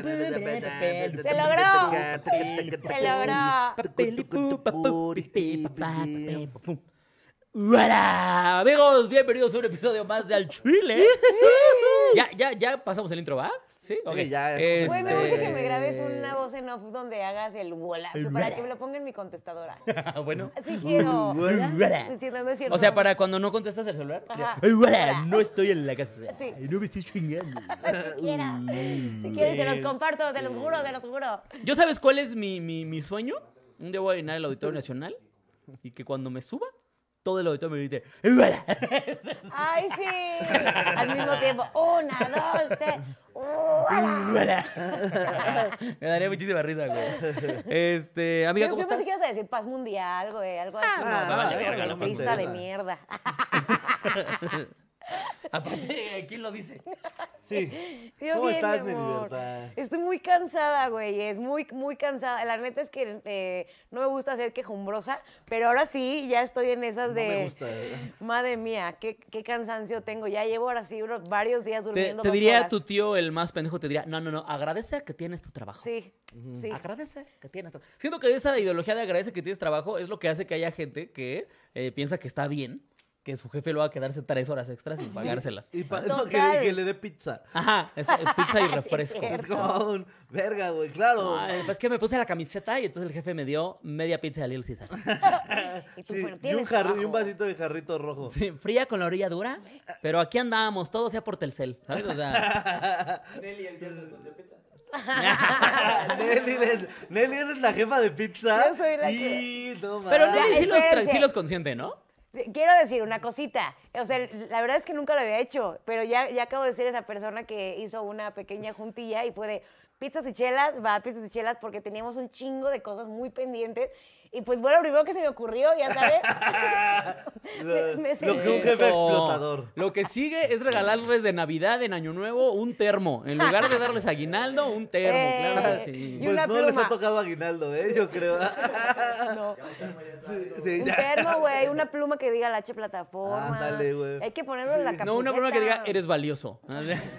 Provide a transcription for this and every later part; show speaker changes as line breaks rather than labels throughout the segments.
Se logró. Se logró.
¡Hola! Amigos, bienvenidos a un episodio más de Al Chile. ya, ya, ya pasamos el intro, ¿va? Sí, ok.
Sí, ya.
Este-
Güey, me urge que me grabes una voz en off donde hagas Este el volazo para que me lo ponga en mi contestadora.
Ah, bueno.
Sí quiero.
Hola.
Sí, no, no es cierto.
O sea, para cuando no contestas el celular.
Ajá.
Ay, hola, no estoy en la casa.
Sí.
Ay, No me estoy chingando.
Si quieras. Si quieres, se los comparto, te los juro, te los juro.
¿Yo sabes cuál es mi, mi, mi sueño? Un día voy a llenar el Auditorio Nacional y que cuando me suba, todo el auditorio me grite ¡Hola!
¡Ay, sí! Al mismo tiempo. Una, dos, tres. ¡Hola!
¡Hola! me daría muchísima risa, güey. Este, amiga,
Yo,
¿cómo
yo
estás? Ah,
pensé que ibas a decir paz mundial, güey, algo así.
no, me vale verga, no,
Ah, Lista
paz
de
mundial.
mierda.
Aparte, ¿quién lo dice?
Sí.
Yo
¿Cómo
bien,
estás, mi
amor.
libertad?
Estoy muy cansada, güey. Es muy, muy cansada. La neta es que eh, no me gusta ser quejumbrosa, pero ahora sí, ya estoy en esas
No
de.
me gusta. eh.
Madre mía, qué, qué cansancio tengo. Ya llevo ahora sí unos- varios días
Te,
durmiendo.
te
dos
diría
horas.
tu tío, el más pendejo, te diría, no, no, no, agradece que tienes tu trabajo. Mm,
Sí, sí.
Agradece que tienes trabajo. Siento que esa ideología de agradece que tienes trabajo es lo que hace que haya gente que eh, piensa que está bien, que su jefe lo va a quedarse tres horas extras sin pagárselas.
Y para eso
Total.
que, que le dé pizza.
Ajá, es, es pizza y
Sí,
refresco.
cierto.
Es como un verga, güey, claro.
Ah, pues es que me puse la camiseta y entonces el jefe me dio media pizza de Little Caesars.
Y tú,
Sí,
pero
y, un
tienes
jarri- y
trabajo.
un vasito de jarrito rojo.
Sí, fría con la orilla dura, pero aquí andábamos, todo sea por Telcel, ¿sabes? O sea,
Nelly, eres, Nelly, eres la jefa de pizza.
Yo soy la
y, no,
pero
mames.
Nelly sí los, tra-
espérense.
sí los consiente, ¿no?
Sí, Quiero decir una cosita. O sea, la verdad es que nunca lo había hecho, pero ya, ya acabo de ser esa persona que hizo una pequeña juntilla y fue de pizzas y chelas, va a pizzas y chelas, porque teníamos un chingo de cosas muy pendientes. Y pues bueno, lo primero que se me ocurrió, ya sabes. me- me
Lo que un
senté.
jefe explotador.
Lo que sigue es regalarles de Navidad, en Año Nuevo, un termo. En lugar de darles aguinaldo, un termo.
Eh,
claro que
y
sí.
Pues
una
no les
pluma.
ha tocado aguinaldo, ¿eh? Yo creo.
No.
Sí, sí,
Un
ya.
termo, güey, una pluma que diga la H plataforma.
Ándale, güey.
Hay que ponerlo en la camiseta.
No, una broma que diga, eres valioso.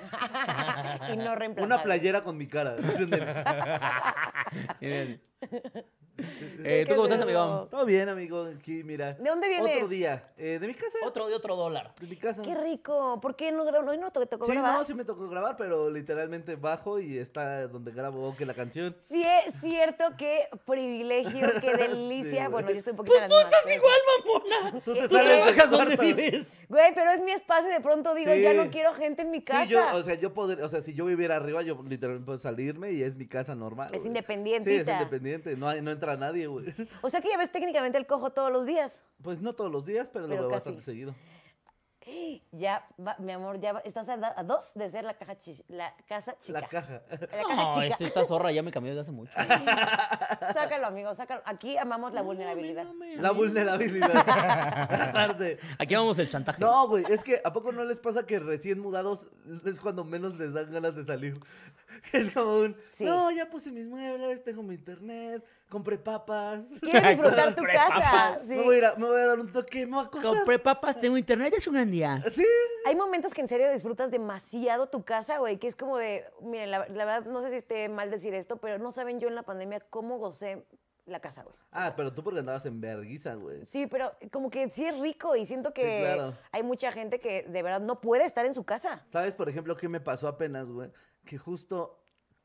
y no reemplazable.
Una playera con mi cara. ¿entienden?
Bien. Eh, ¿Tú cómo estás, amigo?
Todo bien, amigo. Aquí, mira.
¿De dónde vienes?
Otro día. Eh, ¿De mi casa?
Otro de otro dólar.
¿De mi casa?
Qué rico. ¿Por qué no grabó? Hoy no te tocó
Sí,
grabar.
no, sí me tocó grabar, pero literalmente bajo y está donde grabo que la canción.
Sí es cierto, qué privilegio, qué delicia.
güey.
bueno, yo estoy un poquito...
Pues tú estás igual, mamona.
Tú te
Tú
sales del
trabajas donde
cuarto.
vives.
Güey, pero es mi espacio y de pronto digo,
Sí.
ya no quiero gente en mi casa.
Sí, yo, o sea, yo podría, o sea, si yo viviera arriba, yo literalmente puedo salirme y es mi casa normal.
Es
güey. Sí, es
independientita.
independiente, no, hay- no entra nadie, güey.
O sea que ya ves técnicamente el cojo todos los días.
Pues no todos los días, pero,
Pero
lo veo
casi.
bastante seguido.
Ya, va- mi amor, ya va- estás a, da- a dos de ser la caja chi- la casa chica.
La caja.
La caja
No,
chica.
es- esta zorra ya me cambió desde hace mucho.
Sácalo, amigo, sácalo. Aquí amamos la vulnerabilidad.
La vulnerabilidad. Aparte.
Aquí vamos el chantaje.
No, güey, es que ¿a poco no les pasa que recién mudados es cuando menos les dan ganas de salir? Es como un,
Sí.
no, ya puse mis muebles, tengo mi internet, compré papas.
Quieres disfrutar tu
Compré
casa.
papas.
sí.
Me, voy a ir a- me voy a dar un toque, me voy a acostar.
Compré papas, tengo internet, es un gran día.
Sí.
Hay momentos que en serio disfrutas demasiado tu casa, güey, que es como de, miren, la, la verdad, no sé si esté mal decir esto, pero no saben yo en la pandemia cómo gocé la casa, güey.
Ah, pero tú porque andabas en verguiza, güey.
Sí, pero como que sí es rico y siento que
claro.
hay mucha gente que de verdad no puede estar en su casa.
¿Sabes, por ejemplo, qué me pasó apenas, güey? Que justo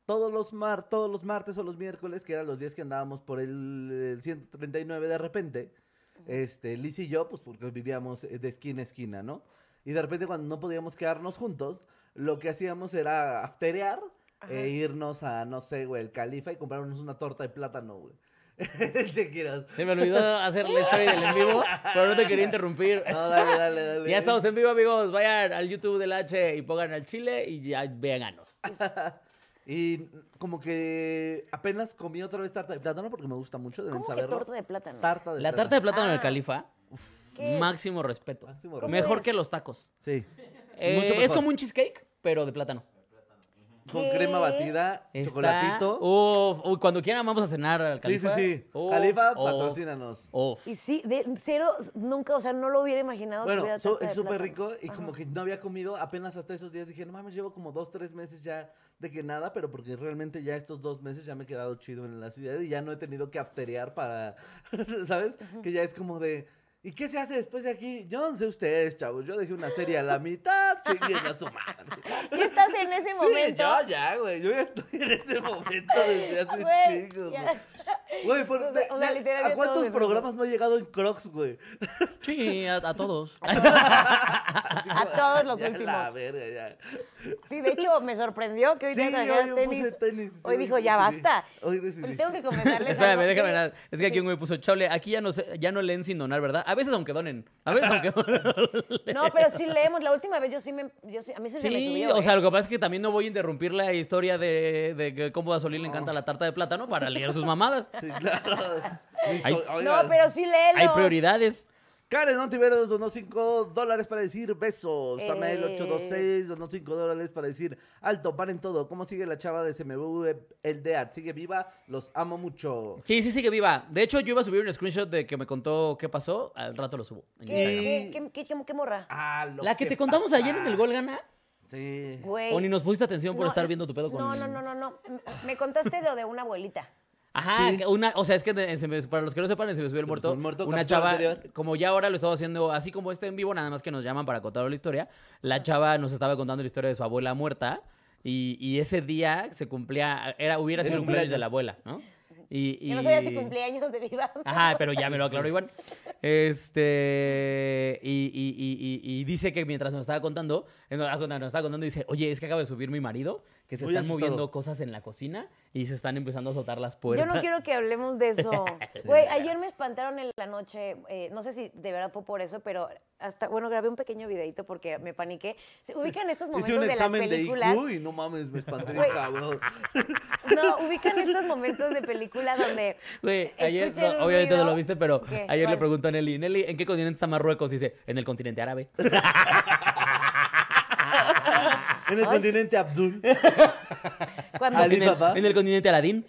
todos los, mar todos los martes o los miércoles, que eran los días que andábamos por el, eh, 139 de repente, este, Liz y yo, pues porque vivíamos eh, de esquina a esquina, ¿no? Y de repente cuando no podíamos quedarnos juntos, lo que hacíamos era afterear e irnos a, no sé, güey, el califa y comprarnos una torta de plátano, güey. Chequeras.
Se me olvidó hacer la historia del en vivo, pero no te quería interrumpir.
No, dale, dale, dale.
Ya estamos en vivo, amigos. Vayan al YouTube del H y pongan al chile y ya véanganos.
Y como que apenas comí otra vez tarta de plátano porque me gusta mucho, deben
¿Cómo que
saberlo.
torta de plátano?
Tarta de
Ah, La tarta de
plátano.
plátano del
Ah.
califa,
¿Qué es?
máximo respeto.
Máximo
¿Cómo
Mejor
es?
que los tacos.
Sí.
Eh,
Mucho
es
mejor.
como un cheesecake, pero de plátano.
Con crema
¿Qué?
batida,
Está-
chocolatito.
Uf, uy, cuando quieran vamos a cenar al
sí, sí,
califa.
sí.
Uf,
Califa,
uf,
patrocínanos.
uf.
Y sí, de cero, nunca, o sea, no lo hubiera imaginado. que
Bueno,
hubiera
so-
tarta de
es súper
plátano.
rico y como que no había comido apenas hasta esos días. Dije, no mames, llevo como dos, tres meses ya de que nada, pero porque realmente ya estos dos meses ya me he quedado chido en la ciudad y ya no he tenido que afterear para, ¿sabes? Que ya es como de, ¿y qué se hace después de aquí? Yo no sé ustedes, chavos, yo dejé una serie a la mitad, chinguen a su madre.
Ya estás en ese
Sí,
momento.
yo ya, güey, yo ya estoy en ese momento desde hace
Güey,
un chingo,
ya.
güey. Güey, por-
O sea, o sea,
ya-
literalmente
¿a cuántos
todos de
programas no he llegado en Crocs, güey?
Sí, a, a todos.
A todos los
Ya La
últimos.
verga, ya.
Sí, de hecho, me sorprendió que hoy te
Sí,
trajeras
yo
tenis.
puse tenis,
Hoy
sí,
dijo,
hoy
ya
decidí,
basta.
hoy decidí.
Tengo que confesarles
Espérame,
algo.
déjame nada. Es que aquí un güey puso, chole, aquí ya no, se- ya no leen sin donar, ¿verdad? A veces aunque donen. A veces aunque donen.
No, pero sí leemos. La última vez yo sí me... Yo sí- a mí sí, se me
Sí,
subió.
o
¿eh?
sea, lo que pasa es que también no voy a interrumpir la historia de, de que cómo a Solín le encanta la tarta de plátano para leer sus mamadas.
Sí, claro. Listo,
Ay.
oigan.
no, pero sí léelo.
Hay prioridades.
Karen Ontiveros donó 5 dólares para decir besos.
Eh.
Samael 826 donó 5 dólares para decir alto, paren todo. ¿Cómo sigue la chava de CMV de El Dead? Sigue viva, los amo mucho.
Sí, sí, sigue viva. De hecho, yo iba a subir un screenshot de que me contó qué pasó. Al rato lo subo. en Instagram.
¿Qué, qué, qué- qué- qué morra?
Ah, lo
La que te contamos
pasa.
ayer en el Gol Gana.
Sí.
Güey.
O ni nos pusiste atención por
No,
estar viendo tu pedo con...
No, no, no, no, no. Me contaste lo de una abuelita.
Ajá,
Sí.
que una, o sea, es que en- se me- para los que no sepan, en se me subió el
Se me
muerto.
subió el muerto,
una
capítulo
chava,
anterior.
como ya ahora lo estaba haciendo así como este en vivo, nada más que nos llaman para contar la historia. La chava nos estaba contando la historia de su abuela muerta y, y ese día se cumplía, era, hubiera
Era
sido el cumpleaños
cumpleaños.
de la abuela, ¿no? Y,
Yo no
y- Ah,
sabía si cumplía años de viva.
Ajá, pero ya me lo aclaró Iván. Este. Y, y- y- y- y dice que mientras nos estaba contando, eh, nos nos estaba contando, dice: Oye, es que acaba de subir mi marido, que se
Muy
están
asustado.
moviendo cosas en la cocina y se están empezando a azotar las
Yo
puertas.
no quiero que hablemos de eso. Güey, ayer me espantaron en la noche, eh, no sé si de verdad fue por eso, pero hasta, bueno, grabé un pequeño videito porque me paniqué. Se ubican estos momentos
Hice un
de las
examen de
películas.
IQ y no mames, me espanté bien
Güey.
cabrón.
no, ubican estos momentos de película donde
Güey, ayer,
escuchan
no,
E-, un
obviamente no
ruido.
lo viste, pero
¿Qué?
ayer le
¿Cuál?
pregunto a Nelly, Nelly, ¿en qué continente está Marruecos? Y dice, en el continente árabe.
En el
Ay.
continente Abdul,
cuando
Ali
en, el,
Baba.
en el continente Aladín.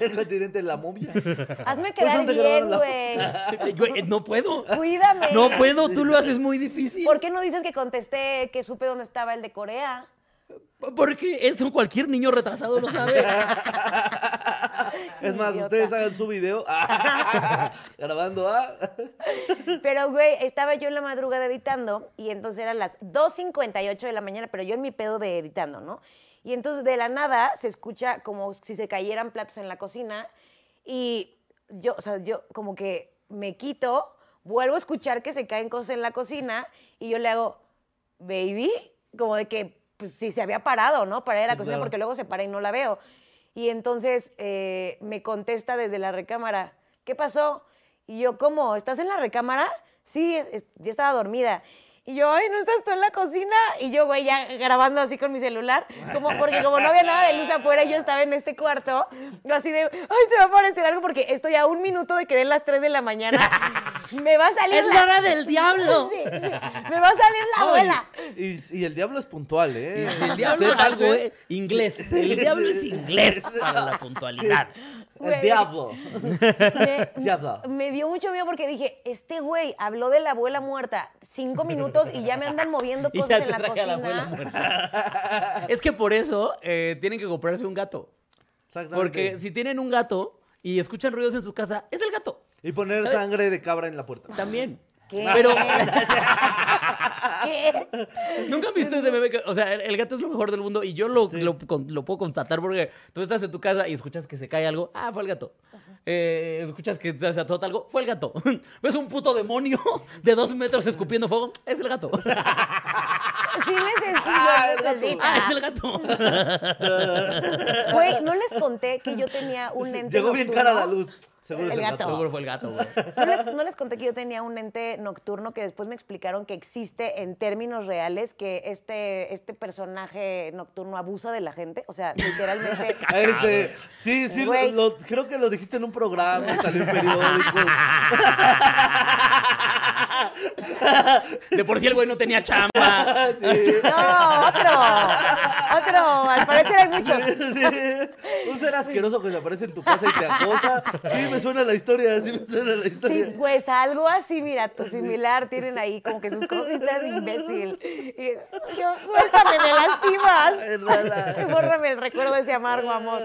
el continente de la momia.
hazme
Pues,
quedar
¿dónde
bien,
grabaron la-
güey.
Güey, no puedo.
Cuídame.
No puedo, tú lo haces muy difícil.
¿Por qué no dices que contesté que supe dónde estaba el de Corea?
Porque eso cualquier niño retrasado lo sabe.
Es más,
Idiota.
ustedes hagan su video grabando ¿ah? a.
Pero, güey, estaba yo en la madrugada editando y entonces eran las 2.58 de la mañana, pero yo en mi pedo de editando, ¿no? Y entonces de la nada se escucha como si se cayeran platos en la cocina y yo, o sea, yo como que me quito, vuelvo a escuchar que se caen cosas en la cocina y yo le hago, baby, como de que pues, si se había parado, ¿no? Para ir a la
Sí,
cocina
claro.
porque luego se para y no la veo. Y entonces eh, me contesta desde la recámara, ¿qué pasó? Y yo, ¿cómo? ¿Estás en la recámara? Sí, es- es- yo estaba dormida. Y yo, ay, ¿no estás tú en la cocina? Y yo, güey, ya grabando así con mi celular, como porque como no había nada de luz afuera y yo estaba en este cuarto, yo así de, ay, se va a aparecer algo porque estoy a un minuto de que den las 3 de la mañana. Me va a salir
es la hora del diablo.
Sí, sí, me va a salir la abuela.
Y, y el diablo es puntual, ¿eh?
Y si el diablo es
Sepa,
algo,
güey.
eh, inglés. El diablo es inglés para la puntualidad.
Güey.
El diablo.
Me,
Diablo.
me dio mucho miedo porque dije, este güey habló de la abuela muerta cinco minutos y ya me andan moviendo
Y
cosas
ya
en
te
la
traje a la
cocina.
abuela muerta. Es que por eso eh, tienen que comprarse un gato.
Exactamente.
Porque si tienen un gato y escuchan ruidos en su casa, es del gato.
Y poner
¿Sabes?
sangre de cabra en la puerta.
También.
¿Qué?
Pero
¿Qué?
nunca han visto ese bebé. O sea, el, el gato es lo mejor del mundo y yo lo, lo con- lo puedo constatar porque tú estás en tu casa y escuchas que se cae algo. Ah, fue el gato. Eh, escuchas que se azota algo. Fue el gato. ¿Ves un puto demonio de dos metros escupiendo fuego? Es el gato.
Sí necesito,
Ah, el gato.
necesita.
Ah, es el gato.
Güey, no les conté que yo tenía un ente
Llegó bien
nocturno?
cara la luz. Seguro es
El
el
gato.
gato.
Seguro fue el gato, güey.
No les, no les conté que yo tenía un ente nocturno que después me explicaron que existe en términos reales que este, este personaje nocturno abusa de la gente. O sea, literalmente.
Este, sí, sí, lo-
Güey.
lo- creo que lo dijiste en un programa, salió en periódicos.
De por sí el güey no tenía chamba.
Ah, Sí.
¡No! ¡Otro! ¡Otro! Al parecer hay muchos.
Sí. Un ser asqueroso que se aparece en tu casa y te acosa. Sí, me suena la historia, sí me suena la
Sí,
historia.
pues algo así, mira, tu similar tienen ahí como que sus cositas imbécil. Y yo, suéltame, me
Ay,
lastimas.
rara.
Bórrame el recuerdo de ese amargo amor.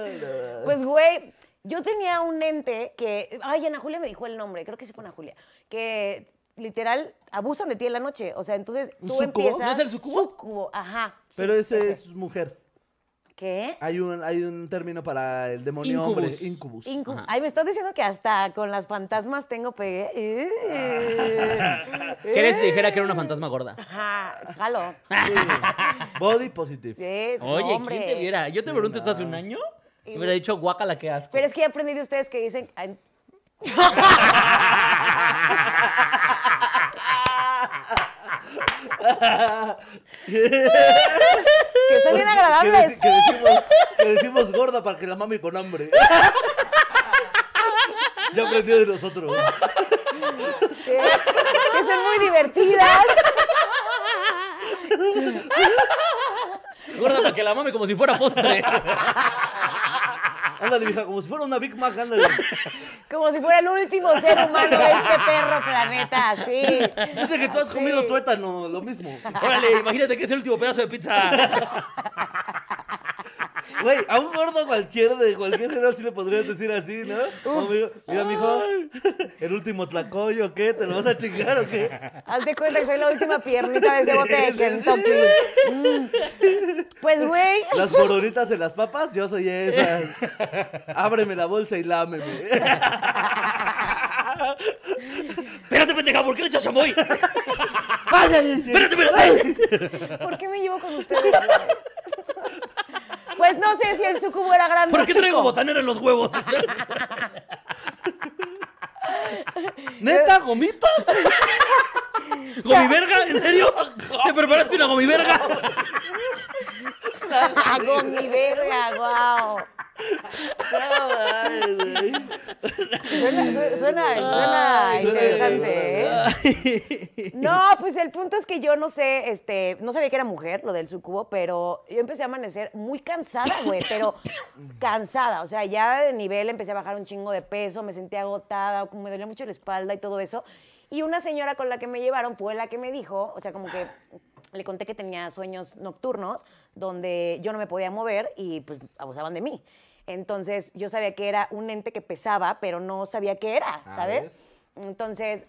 Pues, güey, yo tenía un ente que. Ay, Ana Julia me dijo el nombre, creo que se pone Ana Julia. Que literal abusan de ti en la noche. O sea, entonces
¿Un
tú
súcubo?
empiezas.
¿No es el súcubo?
Súcubo, ajá. sí,
Pero ese es mujer.
¿Qué?
Hay un, hay un término para el demonio hombre.
Incubus.
Incubus.
Incu-
Ajá.
Ay, me estás diciendo que hasta con las fantasmas tengo pegué. Eh.
¿Quieres que dijera que era una fantasma gorda?
Ajá, jalo.
Sí. Body positive.
Es,
Oye,
hombre.
¿quién te viera? Yo te pregunto esto hace un año.
Y-
Me hubiera dicho guácala, qué asco.
Pero es que ya aprendí de ustedes que dicen. ay, que son
Que,
bien
deci-
agradables.
que decimos, que decimos gorda para que la mami con hambre. Ya aprendió de nosotros.
Que, que son muy divertidas.
Gorda para que la mame como si fuera postre.
Ándale, vieja, como si fuera una Big Mac, ándale.
Como si fuera el último ser humano de este perro planeta. Así.
Yo sé que tú has
Así.
comido tuétano, lo mismo.
Órale, imagínate que es el último pedazo de pizza.
Güey, a un gordo cualquiera de cualquier general sí le podrías decir así, ¿no? Como digo, mira, mijo, el último tlacoyo, ¿qué? ¿Te lo vas a chingar o qué?
Haz de cuenta que soy la última piernita de ese bote de
Sí, sí,
Kentucky. Mm. Pues, güey.
Las moronitas en las papas, yo soy esa. Ábreme la bolsa y lámeme.
Espérate, pendeja, ¿por qué le echas chamoy?
¡Ay, ay, ay!
Espérate, espérate.
¿Por qué me llevo con ustedes? güey? Pues no sé si el sucubo era grande. o
¿Por qué traigo
chico.
botanera en los huevos?
¿Neta, gomitas?
¿Gomiverga? ¿En serio? ¿Te preparaste una gomiverga?
Ah, Con mi verga, guau.
Ay, güey.
Suena, su- suena, suena
Ay,
interesante,
suena-
¿eh? No, pues el punto es que yo no sé, este, no sabía que era mujer lo del sucubo, pero yo empecé a amanecer muy cansada, güey, pero cansada, o sea, ya de nivel empecé a bajar un chingo de peso, me sentía agotada, como me dolía mucho la espalda y todo eso. Y una señora con la que me llevaron fue la que me dijo, o sea, como que le conté que tenía sueños nocturnos donde yo no me podía mover y pues abusaban de mí. Entonces yo sabía que era un ente que pesaba, pero no sabía qué era,
Ah,
¿sabes?
¿ves?
Entonces,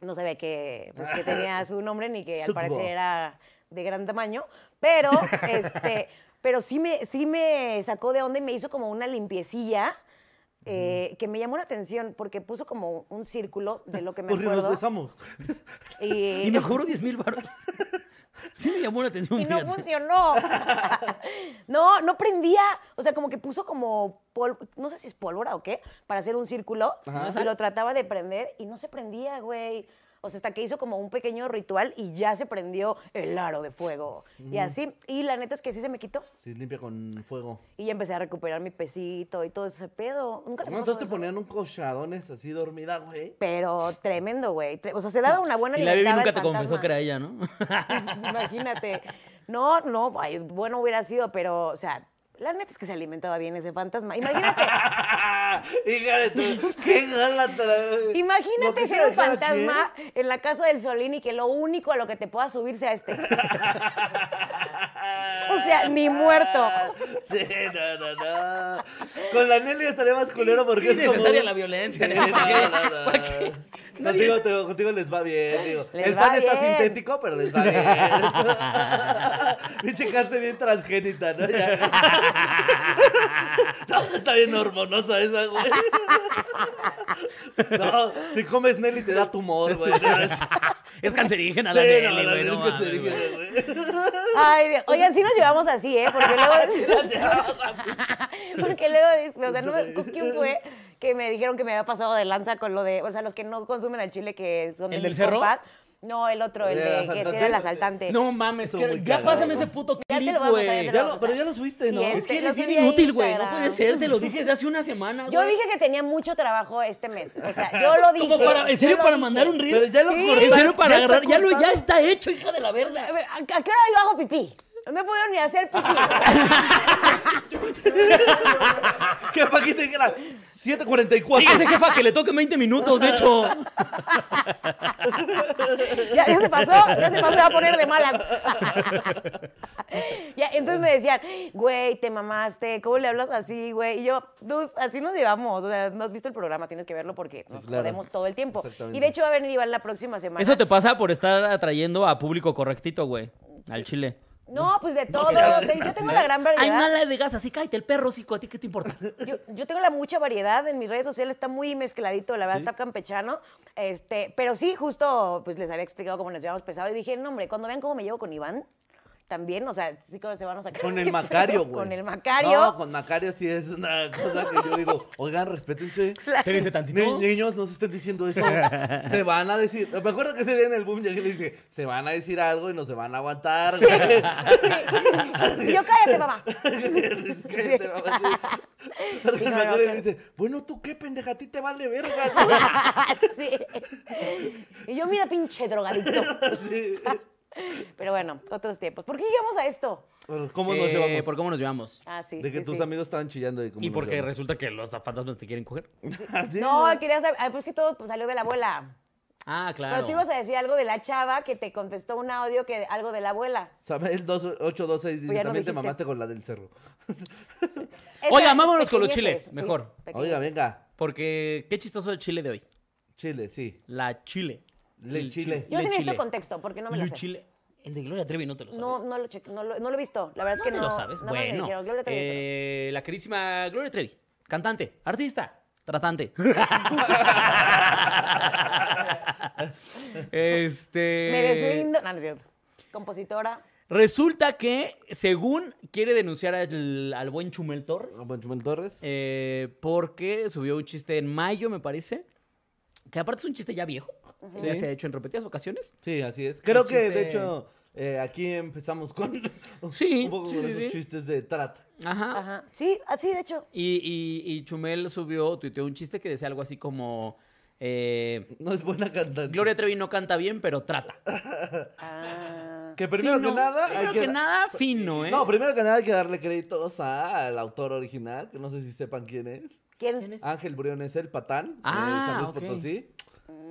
no sabía que, pues, que tenía su nombre ni que al
Sucubo.
parecer era de gran tamaño, pero, este, pero sí, me, sí me sacó de onda y me hizo como una limpiecilla eh, que me llamó la atención porque puso como un círculo de lo que me
Porque nos
acuerdo.
besamos.
Y,
Y me juro 10 mil baros. Sí me llamó la atención.
y no
fíjate.
funcionó. no, no prendía. O sea, como que puso como pol- no sé si es pólvora o qué, para hacer un círculo.
Ajá.
Y lo trataba de prender y no se prendía, güey. O sea, hasta que hizo como un pequeño ritual y ya se prendió el aro de fuego.
Mm.
Y así, y la neta es que sí se me quitó.
Sí, limpia con fuego.
Y ya empecé a recuperar mi pesito y todo ese pedo. Nunca les
No,
he
entonces te
pasado eso?
ponían un cochadones así dormida, güey.
Pero tremendo, güey. Tre- O sea, se daba una buena
Y la Bibi
alimentada
nunca
al
te confesó
fantasma.
que era ella, ¿no?
Imagínate. No, no, ay, bueno hubiera sido, pero, o sea, la neta es que se alimentaba bien ese fantasma. Imagínate,
Hija de tu. ¡Qué gala tra- Lo
imagínate
que
ser
sea
un
cada
fantasma en la casa del Solín y que lo único a lo que te pueda subir sea este. O sea, ni muerto.
Sí, no, no, no. Con la Nelly estaría más culero porque
es
es, como...
necesaria la violencia.
Sí,
¿no?
no,
¿Para qué?
no, no.
¿Para qué? Nadie-
Contigo, te- contigo les va bien, digo.
Les
El
va
pan está
bien.
sintético, pero les va bien. Me checaste bien transgénita, ¿no? Ya. No, está bien hormonosa esa, güey. No, si comes Nelly te da tumor, güey.
Es cancerígena la Nelly, güey. No, mames, güey.
Ay, Dios. oigan, sí nos llevamos así, ¿eh? Porque luego... porque luego, o sea, no me- ¿con ¿quién fue? que me dijeron que me había pasado de lanza con lo de, o sea, los que no consumen al chile, que son de
¿El del
mis
cerro?
compas. No, el otro, el
¿El
de que sí era el
asaltante?
asaltante.
No mames,
Estuvo
que-
muy
ya
cagado.
pásame ese puto
Ya te
clip,
lo voy a pasar,
güey.
ya te
Ya
lo-
lo- pero ya lo subiste, ¿no?
Sí,
Es que
Te lo
eres bien
subí a
inútil, güey. No
Instagram.
puede ser, te lo dije desde hace una semana,
Yo
güey.
dije que tenía mucho trabajo este mes. O sea, yo lo dije.
Como para, en serio,
yo lo
para
dije.
mandar un reel.
Pero ya lo
Sí.
cortaste,
En serio, para
está
agarrar. Ya lo, ya
cortado.
está hecho, hija de la
A
verga.
ver, ¿a, a qué hora yo hago pipí? No me puedo ni hacer pipí.
Que para que te dijera 7.44.
Fíjese, jefa, que le toque 20 minutos, de hecho.
ya, ya se pasó, ya se pasó, se va a poner de malas. ya, entonces me decían, güey, te mamaste, ¿cómo le hablas así, güey? Y yo, "Dude, así nos llevamos. O sea, no has visto el programa, tienes que verlo porque nos
claro.
jodemos todo el tiempo.
Exactamente.
Y de hecho va a venir Iván la próxima semana.
Eso te pasa por estar atrayendo a público correctito, güey. Al chile.
No, pues de todo.
seas
te- yo tengo la gran variedad.
Ay, no le digas así, cállate el perro, psico, ¿a ti qué te importa?
Yo, yo tengo la mucha variedad en mis redes sociales, está muy mezcladito, la verdad, está campechano. Este, pero sí, justo, pues les había explicado cómo nos llevamos pesado y dije, no, hombre, cuando vean cómo me llevo con Iván, también, o sea, sí que se van a sacar.
Con el
de
Macario,
pedo,
güey.
Con el Macario.
No, con Macario sí es una cosa que yo digo, oigan, respétense.
Espérense
Ni-
tantito.
niños, no se estén diciendo eso. Se van a decir. Me acuerdo que ese día en el boom llegué y le dije: Se van a decir algo y no se van a aguantar. güey".
Y yo cállate, mamá.
Cállate, mamá, sí. Porque
Sí,
me
no, no,
acuerdo y le
claro.
dice: Bueno, tú qué pendeja, a ti te vale verga. ¿no?".
Sí. Y yo, mira, pinche drogadicto.
Sí.
Pero bueno, otros tiempos. ¿Por qué llegamos a esto?
Bueno, ¿Cómo nos
Eh,
llevamos?
¿Por cómo nos llevamos?
Ah, sí.
De que
sí,
tus
sí.
amigos estaban chillando. De cómo
Y
nos
porque
llevamos.
resulta que los fantasmas te quieren coger.
Ah, sí,
No,
güey.
quería saber. ah, Pues que todo pues, salió de la abuela.
Ah, claro.
Pero tú ibas a decir algo de la chava que te contestó un audio que algo de la abuela.
Samuel 2826 dice:
Pues ya no
También te
dijiste.
mamaste con la del cerro.
Oiga,
Esas
vámonos con los
pequeñeces,
chiles, mejor.
pequeñeces.
Oiga, venga.
Porque qué chistoso el chile de hoy.
Chile, sí.
La chile.
Le
El
chile.
Yo sí
Le
necesito
chile.
contexto porque no me lo
Le
sé.
chile. El de Gloria Trevi no te lo sabes.
No, no lo, chequé, no, lo, no lo he visto. La verdad es que
te
no.
lo sabes.
nada más me
bueno,
dijeron, Gloria Trevi, pero-
eh, la querísima Gloria Trevi, cantante, artista, tratante. este.
me deslindo. No, no es cierto. Compositora.
Resulta que, según quiere denunciar al, al buen Chumel Torres,
Juan Chumel Torres.
eh, porque subió un chiste en mayo, me parece, que aparte es un chiste ya viejo, que ya
Sí.
se ha hecho en repetidas ocasiones.
Sí, así es. Creo que,
chiste-
de hecho, eh, aquí empezamos con
Sí,
un poco
sí,
con
sí,
esos
sí.
chistes de trata.
Ajá.
Ajá. Sí, así de hecho.
Y, y- y Chumel subió, tuiteó un chiste que decía algo así como... eh,
No es buena cantante.
Gloria Trevi no canta bien, pero trata.
Ah,
Que primero
Fino.
que nada...
Primero
hay
que, nada, fino, ¿eh?
No, primero que nada hay que darle créditos a- al autor original, que no sé si sepan quién es.
¿Quién?
¿Quién es?
Ángel Briones, el patán,
Ah,
de San Luis
ok.
Potosí.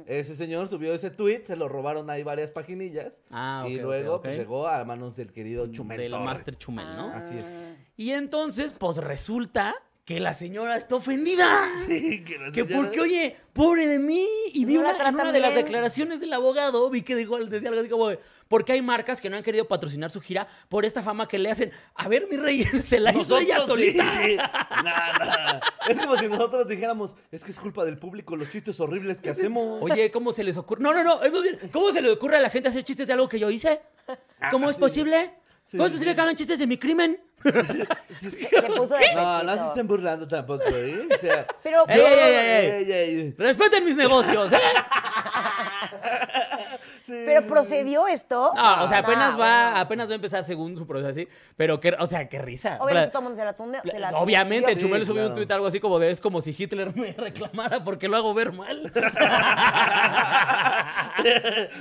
Ese señor subió ese tweet, se lo robaron ahí varias paginillas.
Ah,
y
ok, ok,
luego
ok.
pues, llegó a manos del querido Chumel
Del
Torres. Ah.
Master Chumel, ¿no?
Así es.
Y entonces, pues resulta que la señora está ofendida.
Sí, que la
Que
señora-
porque, oye, pobre de mí. Y vi
No la
una, en
tratan
una de las
bien.
declaraciones del abogado, vi que dijo, decía algo así como, de, porque hay marcas que no han querido patrocinar su gira por esta fama que le hacen. A ver, mi rey, se la hizo ella
Nosotros,
solita.
sí, sí. Nah, nah. Es como si nosotros dijéramos, es que es culpa del público los chistes horribles que hacemos.
Oye, ¿cómo se les ocurre? No, no, no. es decir, ¿Cómo se le ocurre a la gente hacer chistes de algo que yo hice? ¿Cómo es posible?
Ah, Sí,
¿Cómo es
sí,
posible
sí.
que hagan chistes de mi crimen?
Se puso de
no, no se
pechito.
estén burlando tampoco, ¿eh? O sea,
Pero-
Ey, ey, ey, ey,
Ey,
ey.
ey, ey.
Respeten mis negocios, ¿eh?
Sí,
Pero
sí,
procedió esto.
No, o sea, apenas va,
Ah, bueno.
apenas va a empezar según su proceso así. Pero, que, o sea, qué risa.
Obviamente
Pla-
todo el mundo se la tunde. se
pla-
la tunde.
Obviamente,
Yo-
Chumel
Sí,
subió un
claro.
tuit algo así como de es como si Hitler me reclamara porque lo hago ver mal.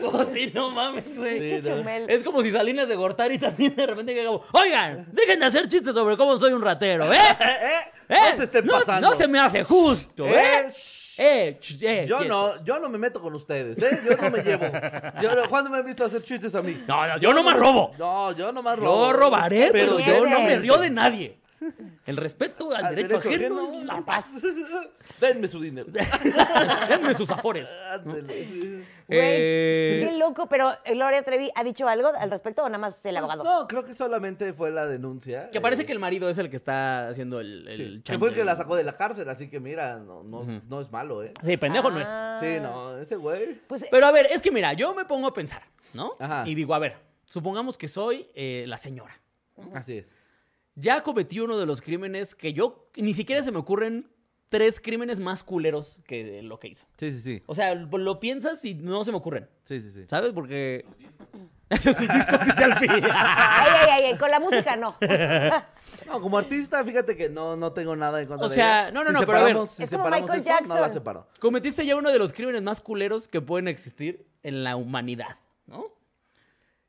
Como si no mames, güey.
Pinche
Sí, no.
Chumel.
Es como si Salinas de Gortari también de repente llega como, oigan, dejen de hacer chistes sobre cómo soy un ratero, ¿eh?
Eh, eh,
¿Eh?
No se estén pasando.
No, se me hace justo, ¿eh?
Eh, shh.
Eh, ch- eh,
Yo
quietos.
no, yo no me meto con ustedes, ¿eh? Yo no me llevo. Yo no- ¿Cuándo me han visto hacer chistes a mí?
No, no, yo no me robo.
No, yo nomás robo.
Yo robaré, pero
Qué
yo no me
pudiese.
río de nadie. El respeto al,
Al
derecho,
derecho
ajeno
ajeno.
es la paz.
Denme su dinero.
Denme sus afores.
Ándale, sí.
Güey,
Eh, Pues
Qué loco, pero Gloria Trevi ha dicho algo al respecto o nada más el abogado.
No, creo que solamente fue la denuncia.
que
eh,
parece que el marido es el que está haciendo el, el
sí, que
chango.
fue el que la sacó de la cárcel, así que mira, no, no, no es malo, ¿eh?
Sí, pendejo no es.
Ah.
Sí, no, ese güey.
Pues
Pero a ver, es que mira, yo me pongo a pensar, ¿no?
Ajá.
Y digo, a ver, supongamos que soy eh, la señora.
Así es.
Ya cometí uno de los crímenes que yo ni siquiera se me ocurren tres crímenes más culeros que lo que hizo.
Sí, sí, sí.
O sea, lo lo piensas y no se me ocurren.
Sí, sí, sí.
¿Sabes? Porque. Sus discos dice al fin.
Ay, ay, ay, ay, con la música no.
No, como artista, fíjate que no, no tengo nada en contra
O
de
sea,
ella.
no, no,
Si
no, pero a ver.
separamos- si
Es como
separamos
Michael
eso, No la
Jackson.
separo.
Cometiste ya uno de los crímenes más culeros que pueden existir en la humanidad, ¿no?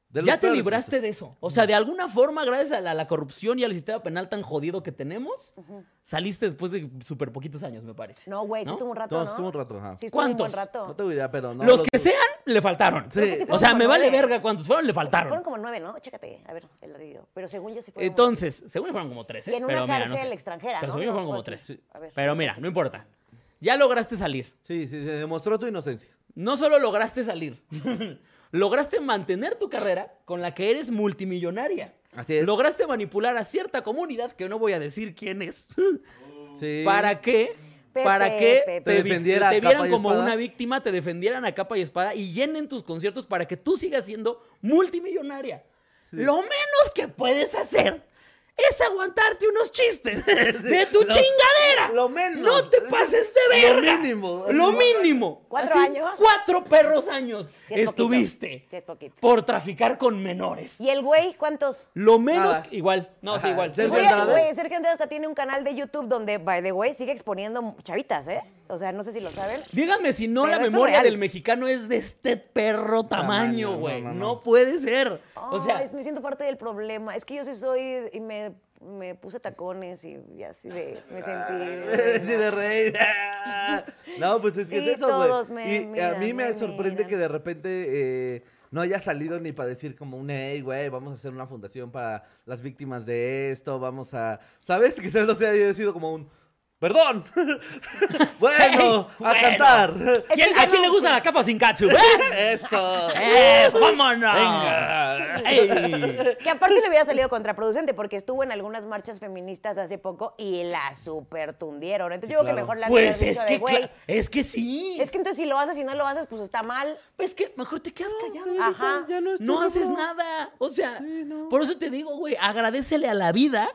De los
ya te
peores
libraste de eso. O sea, de alguna forma, gracias a la, la corrupción y al sistema penal tan jodido que tenemos, saliste después de súper poquitos años, me parece.
No, güey, sí
¿No?
estuvo un rato,
Todos
¿no?
estuvo un rato, ajá.
Sí estuvo un buen
¿Cuántos?
rato.
No tengo idea, pero no.
los
lo
que
dudo.
sean, le faltaron.
Creo que sí
o
fueron
sea,
como
me vale
nueve.
verga cuántos fueron, le faltaron.
eh. Fueron como nueve, ¿no? Chécate, a ver, el radio. Pero según yo sí fueron.
Entonces, según yo fueron como tres, ¿eh?
Y en una
pero mira, no
cárcel
sé.
extranjera,
Pero
¿no?
según yo
No,
fueron como
fue-
tres.
sí. A ver.
Pero mira, no importa. Ya lograste salir.
Sí, sí, se demostró tu inocencia.
No solo lograste salir, lograste mantener tu carrera con la que eres multimillonaria.
Así es.
Lograste manipular a cierta comunidad, que no voy a decir quién es,
Sí.
para que,
Pepe,
para que te,
Pepe.
Te
vi-
defendiera
te
a
vieran
capa y
como
espada.
una víctima, te defendieran a capa y espada y llenen tus conciertos para que tú sigas siendo multimillonaria. Lo menos que puedes hacer es aguantarte unos chistes de tu
Lo-
chingadera.
lo menos.
No te pases de verga.
Lo mínimo.
Lo mínimo.
¿Cuatro años?
Cuatro perros años
Sí es poquito.
estuviste
Sí es poquito.
por traficar con menores.
¿Y el güey cuántos?
Lo menos
Nada.
que- igual. No, sí,
Ajá.
igual.
Ser
Igual.
Güey,
Andrade.
güey, Sergio Andrade hasta tiene un canal de YouTube donde, by the way, sigue exponiendo chavitas, ¿eh? O sea, no sé si lo saben.
Díganme si no
Pero
la
esto es
memoria
real.
del mexicano es de este perro tamaño,
Tamaño,
güey. No,
no, no, no.
puede ser. o sea,
Ay, me siento parte del problema. Es que yo sí soy y me, me puse tacones y, y así de, me
Ah, Sí,
sentí.
de rey. No, pues es que
Sí,
es eso, güey.
todos me
y a mí
miran,
me,
me
sorprende
miran.
que de repente eh, no haya salido ni para decir como un, hey, güey, vamos a hacer una fundación para las víctimas de esto, vamos a... ¿Sabes? Quizás no se haya sido como un... Perdón. bueno,
Hey,
a
bueno.
cantar.
¿quién-
Es que
¿a quién
no,
le gusta la capa sin katsu? eh?
eso.
¡Eh! ¡Vámonos! ¡Ey!
Que aparte le hubiera salido contraproducente porque estuvo en algunas marchas feministas hace poco y la supertundieron. Entonces yo creo que
claro.
mejor la
Pues
hubieras
es
dicho
que,
de, güey,
cla- es que sí.
Es que entonces si lo haces y no lo haces, pues está mal.
Es que mejor te quedas callado.
Ajá.
pues, Ya no, estoy
No haces
loco.
nada. O sea,
Sí, no.
por eso te digo, güey, agradecele a la vida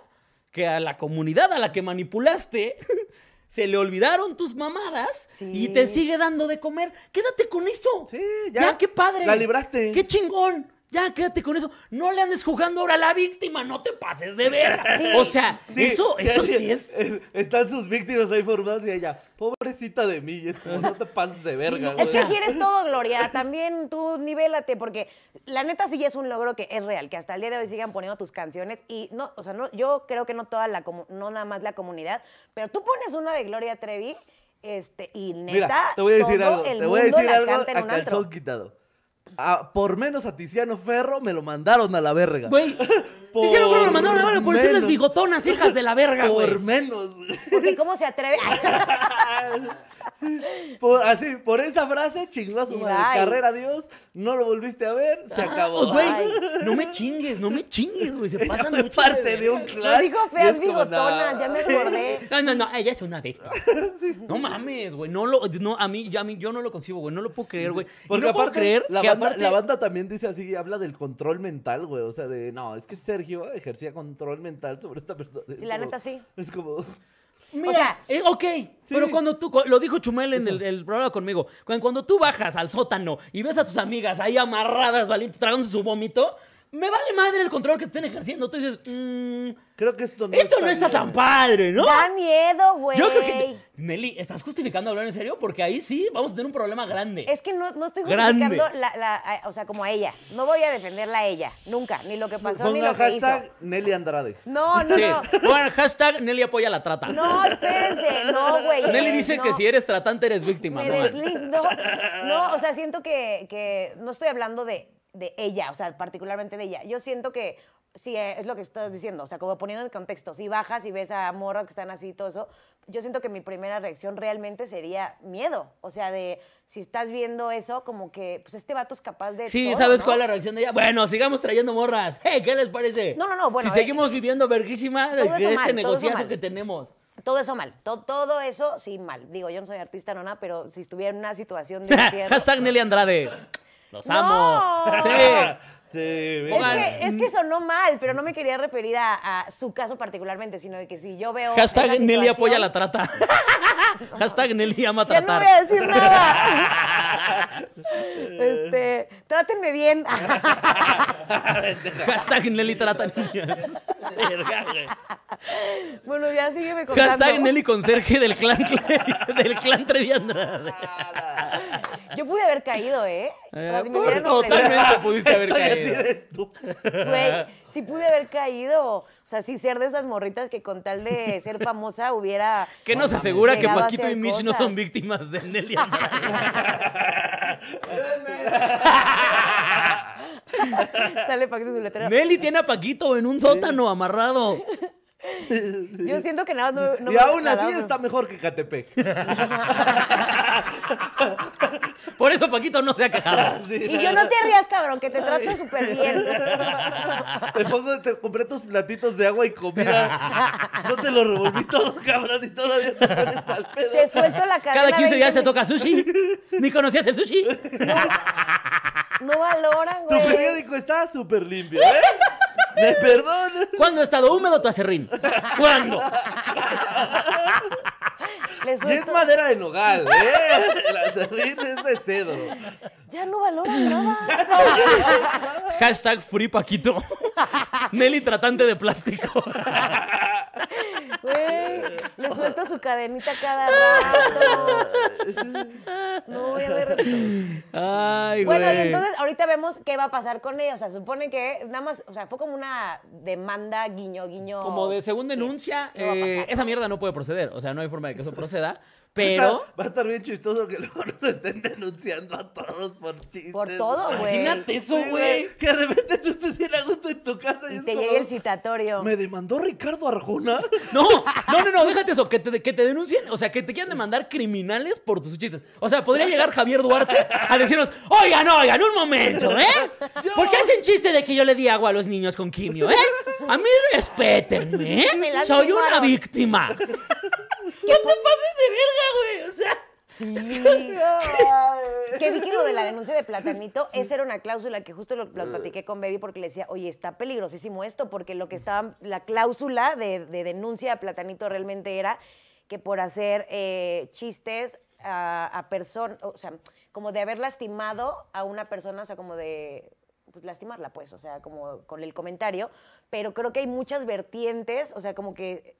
que a la comunidad a la que manipulaste se le olvidaron tus mamadas
Sí.
y te sigue dando de comer. Quédate con eso.
Sí, ya.
qué padre.
La libraste.
Qué chingón. Ya, quédate con eso. No le andes jugando ahora a la víctima. No te pases de verga. O sea,
Sí,
eso,
sí,
eso
así
sí es.
Están sus víctimas ahí formadas y ella, pobrecita de mí, y es como, no te pases de verga.
no,
güey".
Es
sea-
que quieres todo, Gloria. También tú nivélate, porque la neta sí es un logro que es real, que hasta el día de hoy sigan poniendo tus canciones. Y no, o sea, no, yo creo que no toda la comu- no nada más la comunidad, pero tú pones una de Gloria Trevi, este, y neta,
Mira, te voy a decir
todo
algo,
el
te voy a
mundo
decir
la
algo
canta en
a
un antro.
calzón quitado. Ah, por menos a Tiziano Ferro me lo mandaron a la verga.
Güey. Te hicieron fueron, lo mandaron ahora por decirles
menos.
bigotonas, hijas de la verga, güey.
Por menos.
Porque cómo se atreve.
Por- así, por esa frase chingó a su
Y
madre.
bye.
Carrera, adiós. No lo volviste a ver. Se acabó.
Oh, güey,
Ay.
no me chingues, no me chingues, güey. Se
Ella
pasan
me
mucho
parte de un
verga.
clan.
Lo dijo
y
feas
es como,
bigotonas,
"Nah".
ya me acordé.
No, no, no, ella es una bestia. No mames, güey. No lo, no, a mí, yo, a mí, yo no lo concibo, güey. No lo puedo creer, güey. Y
Porque
no puedo
aparte,
creer
la,
que
banda,
aparte-
la banda también dice así, habla del control mental, güey. O sea, de, no, es que Sergio ejercía control mental sobre esta persona. Es
Sí, la
como-
neta sí.
Es como,
Mira,
O sea,
eh, ok, pero cuando tú, cu- lo dijo Chumel en el, el programa conmigo, cu- cuando, tú bajas al sótano y ves a tus amigas ahí amarradas, valientes, tragándose su vómito, me vale madre el control que estén ejerciendo. Tú dices, mm,
creo que esto no
eso no está
bien,
tan
güey.
padre, ¿no?
Da miedo, güey.
Yo creo que. Nelly, ¿estás justificando hablar en serio? Porque ahí sí vamos a tener un problema grande.
Es que no, no estoy
Grande.
justificando la, la- a- o sea, como a ella. No voy a defenderla a ella, nunca, ni lo que pasó ni
Ponga
lo que hizo.
hashtag Nelly Andrade.
No, no,
Sí.
no.
Pongan hashtag Nelly apoya la trata.
No, espérense, no, güey.
Nelly
eh,
dice
no.
que si eres tratante eres víctima,
Me
no man.
deslindo. No, o sea, siento que, que no estoy hablando de, de ella, o sea, particularmente de ella. Yo siento que sí, eh, es lo que estás diciendo, o sea, como poniendo en contexto, si bajas y ves a morras que están así y todo eso, yo siento que mi primera reacción realmente sería miedo, o sea, de si estás viendo eso, como que, pues este vato es capaz de...
Sí,
todo,
¿sabes
¿no?
cuál es la reacción de ella? Bueno, sigamos trayendo morras. Hey, ¿Qué les parece?
No, no, no, bueno,
Si
eh,
seguimos viviendo verguísima de
todo eso
este
mal, todo eso
negociazo
mal.
que tenemos.
Todo eso mal, to- todo eso sí mal. Digo, yo no soy artista, no nada, pero si estuviera en una situación de... infierno-
hashtag Nelly Andrade. Los
No.
amo. Sí.
Es que, es que sonó mal, pero no me quería referir a, a su caso particularmente, sino de que si yo veo. esa
Hashtag Nelly
situación-
apoya la trata. Hashtag Nelly ama
Ya no
tratar.
voy a decir nada. Este, trátenme bien.
Hashtag Nelly trata niñas. Verga, güey.
bueno, ya sígueme contando.
Hashtag Nelly conserje del clan, del clan Trevi Andrade.
Yo pude haber caído, ¿eh?
Eh,
O sea, si me
por-
hubieran ofrecido,
totalmente pudiste haber
Estoy así
caído.
de estúpido.
güey, sí pude haber caído. O sea, sí ser de esas morritas que con tal de ser famosa hubiera...
¿Qué nos asegura que
llegado a
Paquito y
hacer
Mitch no
cosas?
son víctimas de Nelly Andrade?
Sale Paquito su letrero.
Nelly tiene a Paquito en un sótano amarrado.
Yo siento que nada más no, no
y
me
aún así
trasladaba.
está mejor que Catepec.
Por eso Paquito no se ha quejado.
Y yo no te rías, cabrón, que te trato súper bien.
Te pongo, te compré tus platitos de agua y comida. No te lo revolví todo, cabrón, y todavía te pones al pedo.
Te suelto la cadena.
Cada 15 días
20
se toca sushi. Ni conocías el sushi.
No valoran,
Tu
güey.
periódico está súper limpio, ¿eh? Me perdonas.
¿Cuándo ha estado húmedo tu acerrín? ¿Cuándo?
Les
Y es
suelto-
madera de nogal, ¿eh? El acerrín es de cedro.
Ya no valoran nada.
Hashtag Free Paquito. Nelly tratante de plástico.
Güey, le suelto su cadenita cada rato. No voy a ver.
Ay, güey.
Bueno, y entonces ahorita vemos qué va a pasar con ella. O sea, supone que nada más, o sea, fue como una demanda guiño, guiño.
Como de segunda denuncia,
¿Qué va a
eh,
pasar?
esa mierda no puede proceder. O sea, no hay forma de que eso proceda. Pero.
Va a estar bien chistoso que luego nos estén denunciando a todos por chistes.
Por todo, güey.
Imagínate eso, güey.
Que de repente tú estés bien a gusto en tu casa y,
Y
es
te
como,
llegue el citatorio.
¿Me demandó Ricardo Arjona?
No, no, no, no, déjate eso, que te, que te denuncien, o sea, que te quieran demandar criminales por tus chistes. O sea, podría llegar Javier Duarte a decirnos, oigan, oigan, un momento, ¿eh? ¿Por qué hacen chiste de que yo le di agua a los niños con quimio, eh? A mí respétenme,
Me
¿eh?
lastimaron.
Soy una víctima. No te pases de verga, güey, o sea.
Sí. Que vi que lo de la denuncia de Platanito, esa era una cláusula que justo lo, lo platiqué con Baby porque le decía, oye, está peligrosísimo esto, porque lo que estaba, la cláusula de, de denuncia de Platanito realmente era que por hacer eh, chistes a, personas, o sea, como de haber lastimado a una persona, o sea, como de pues, lastimarla, pues, o sea, como con el comentario, pero creo que hay muchas vertientes, o sea, como que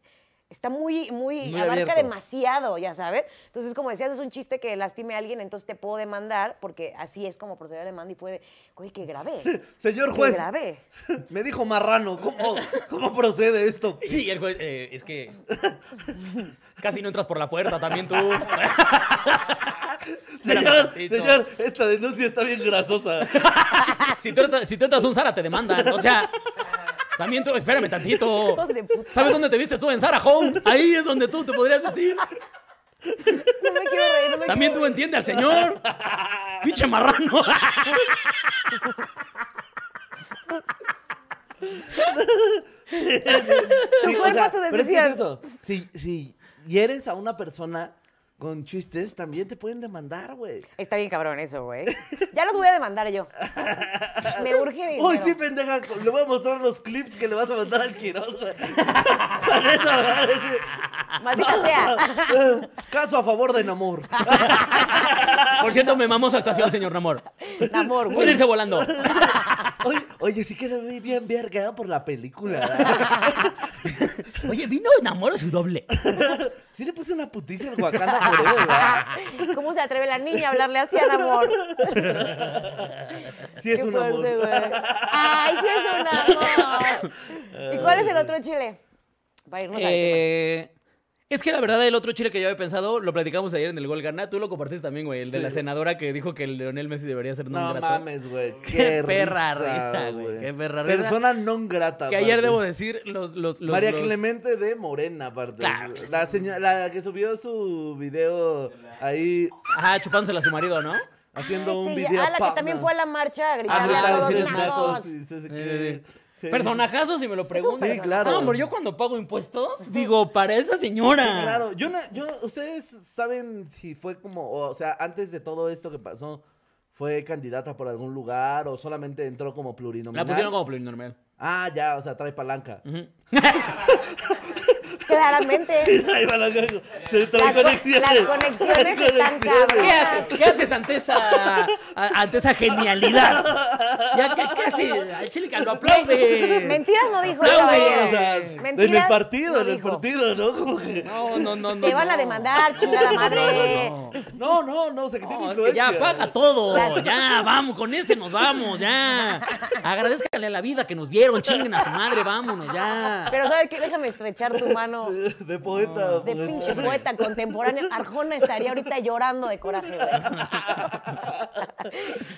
está muy, muy,
Muy
abarca
abierto.
demasiado demasiado, ya sabes. Entonces, como decías, es un chiste que lastime a alguien, entonces te puedo demandar, porque así es como procedió la demanda y fue de, güey, qué grave.
Señor
Qué
juez,
grave.
me dijo marrano, ¿cómo, cómo procede esto?
Y el juez, eh, es que casi no entras por la puerta, también tú.
Señor,
tantito.
señor, esta denuncia está bien grasosa.
Si tú, entras- si tú entras a un Zara, te demandan. O sea, también tú, espérame tantito.
Hijos de puta.
¿Sabes dónde te vistes tú? En Zara Home. Ahí es donde tú te podrías vestir.
No me quiero reír, no me
También tú
quiero reír.
entiendes al señor. Pinche marrano.
Sí,
cuerpo, tu
pero es que
decisión.
es eso. Si, si hieres a una persona con chistes, también te pueden demandar, güey.
Está bien cabrón eso, güey. Ya los voy a demandar yo. Me urge dinero.
Uy, sí, pendeja, le voy a mostrar los clips que le vas a mandar al Quirós, güey. Con eso me va a decir,
Maldita sea.
"Eh, Caso a favor de Namor.
Por cierto, me mamó su actuación, señor Namor.
Namor,
Puede
güey.
irse volando.
Oye, oye, sí quedé muy bien verga por la película.
Oye, vino Namor a su doble.
Sí le puse una putiza al Wakanda Forever, ¿verdad?
¿Cómo se atreve la niña a hablarle así al amor?
Sí es
Qué
un
fuerte,
amor.
güey. Ay, sí es un amor. ¿Y cuál es el otro chile? Para irnos a
Eh, es que la verdad, el otro chile que yo había pensado, lo platicamos ayer en el Gol Gana. Tú lo compartiste también, güey. El de
Sí.
la senadora que dijo que el Leonel Messi debería ser
No
nombrado.
mames, güey. Qué,
perra
risa,
risa, güey, qué perra risa.
Persona non grata.
Que ayer
aparte.
debo decir, los. los, los-
María
los-
Clemente de Morena, aparte.
Claro que
la, señora, la que subió su video ahí
Ajá, chupándosela a su marido, ¿no?
haciendo
Sí,
un
ya-
video.
Ah, la que también fue a la marcha a
Ah,
gritarle
gritar,
a todos
decirles
los
nacos.
magos.
Eh, Personajazo, si me lo preguntan.
Sí, claro.
No, pero yo cuando pago impuestos, digo, para esa señora.
Claro, yo, no- yo, ustedes saben si fue como, o sea, antes de todo esto que pasó, fue candidata por algún lugar o solamente entró como plurinominal.
La pusieron como plurinormal.
Ah, ya, o sea, trae palanca.
Claramente.
trae palanca. Trae
Las, co-
conexiones.
las conexiones están
¿Qué
cabronas.
haces? ¿Qué haces ante esa, a- ante esa genialidad? Ya que casi al Chilica lo aplaude.
Mentiras no dijo el
Aplausos,
caballero.
O sea, en el
Mentiras
partido,
no
en el
dijo.
partido, ¿no? Como que...
No, no, no, no.
Te van a
no.
demandar, chingada
No, no, no,
madre.
no.
No, no, no, o sea, que tiene
No, es que
influencia.
ya paga todo,
Las-
ya, vamos, con ese nos vamos, ya. Agradezcanle a la vida que nos dieron, chinguen a su madre, vámonos, ya.
Pero ¿sabes qué? Déjame estrechar tu mano
De poeta.
de
pues.
pinche poeta contemporáneo. Arjona estaría ahorita llorando de coraje, güey.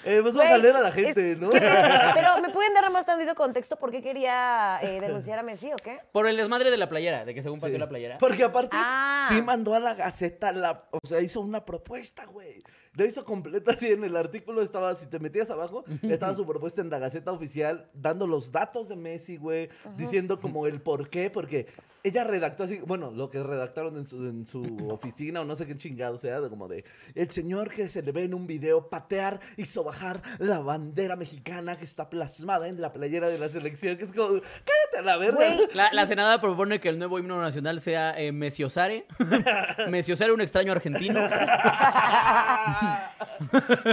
Eh, pues vamos a
Güey,
leer a la
es-
gente, ¿no?
Pero, ¿me pueden dar más tantito contexto por qué quería eh, denunciar a Messi o qué?
Por el desmadre de la playera, de que según pateó
Sí.
la playera.
Porque aparte,
Ah.
sí mandó a la Gaceta, la, o sea, hizo una propuesta, güey. La hizo completa, así en el artículo estaba, si te metías abajo, estaba su propuesta en la Gaceta Oficial, dando los datos de Messi, güey, diciendo como el por qué, porque ella redactó así, bueno, lo que redactaron en su, en su oficina o no sé qué chingado sea, de como de, el señor que se le ve en un video patear y sobajar la bandera mexicana que está plasmada en la playera de la selección, que es como, cállate a la verga.
Güey,
La, la Senada propone que el nuevo himno nacional sea eh, Mesiosare. Mesiosare, un extraño argentino.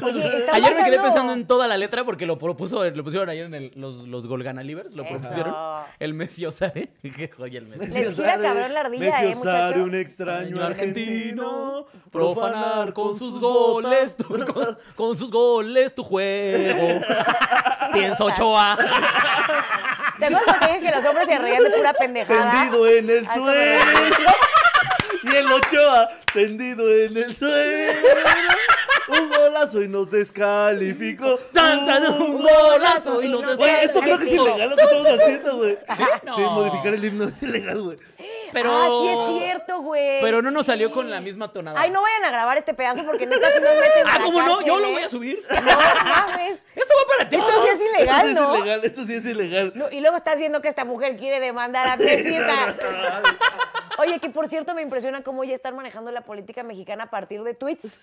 Oye, está
Ayer me quedé
pasando-
pensando en toda la letra porque lo propuso, lo pusieron ayer en el- los, los Golgana Livers, lo
Eso.
propusieron. El Mesiosare. Qué joya el Mesiosare.
Les gira cabrón la ardilla, eh, muchacho.
un extraño argentino,
profanar con sus goles, tu- con, con sus goles tu juego. Pienso Ochoa.
¿Te acuerdas cuando te dije que los hombres se reían de pura pendejada?
Tendido en el
Ah,
suelo. Y el Ochoa, tendido en el suelo. Un golazo y nos descalificó.
Tan, tan, un golazo y nos
Güey, esto creo que es
Calificó.
ilegal lo que estamos haciendo, güey.
¿Sí? No.
modificar el himno es ilegal, güey.
Pero,
Ah, sí es cierto, güey.
pero no nos salió con la misma tonada.
Ay, no vayan a grabar este pedazo porque neta si nos meten a
Ah,
la
¿cómo no? Yo
cárcel,
lo
¿eh?
voy a subir.
No, mames.
Esto va para ti.
Esto sí es
esto
ilegal,
sí
¿no?
es ilegal, esto sí es ilegal.
No, Y luego estás viendo que esta mujer quiere demandar a Pesita. Oye, que por cierto me impresiona cómo ya están manejando la política mexicana a partir de tweets.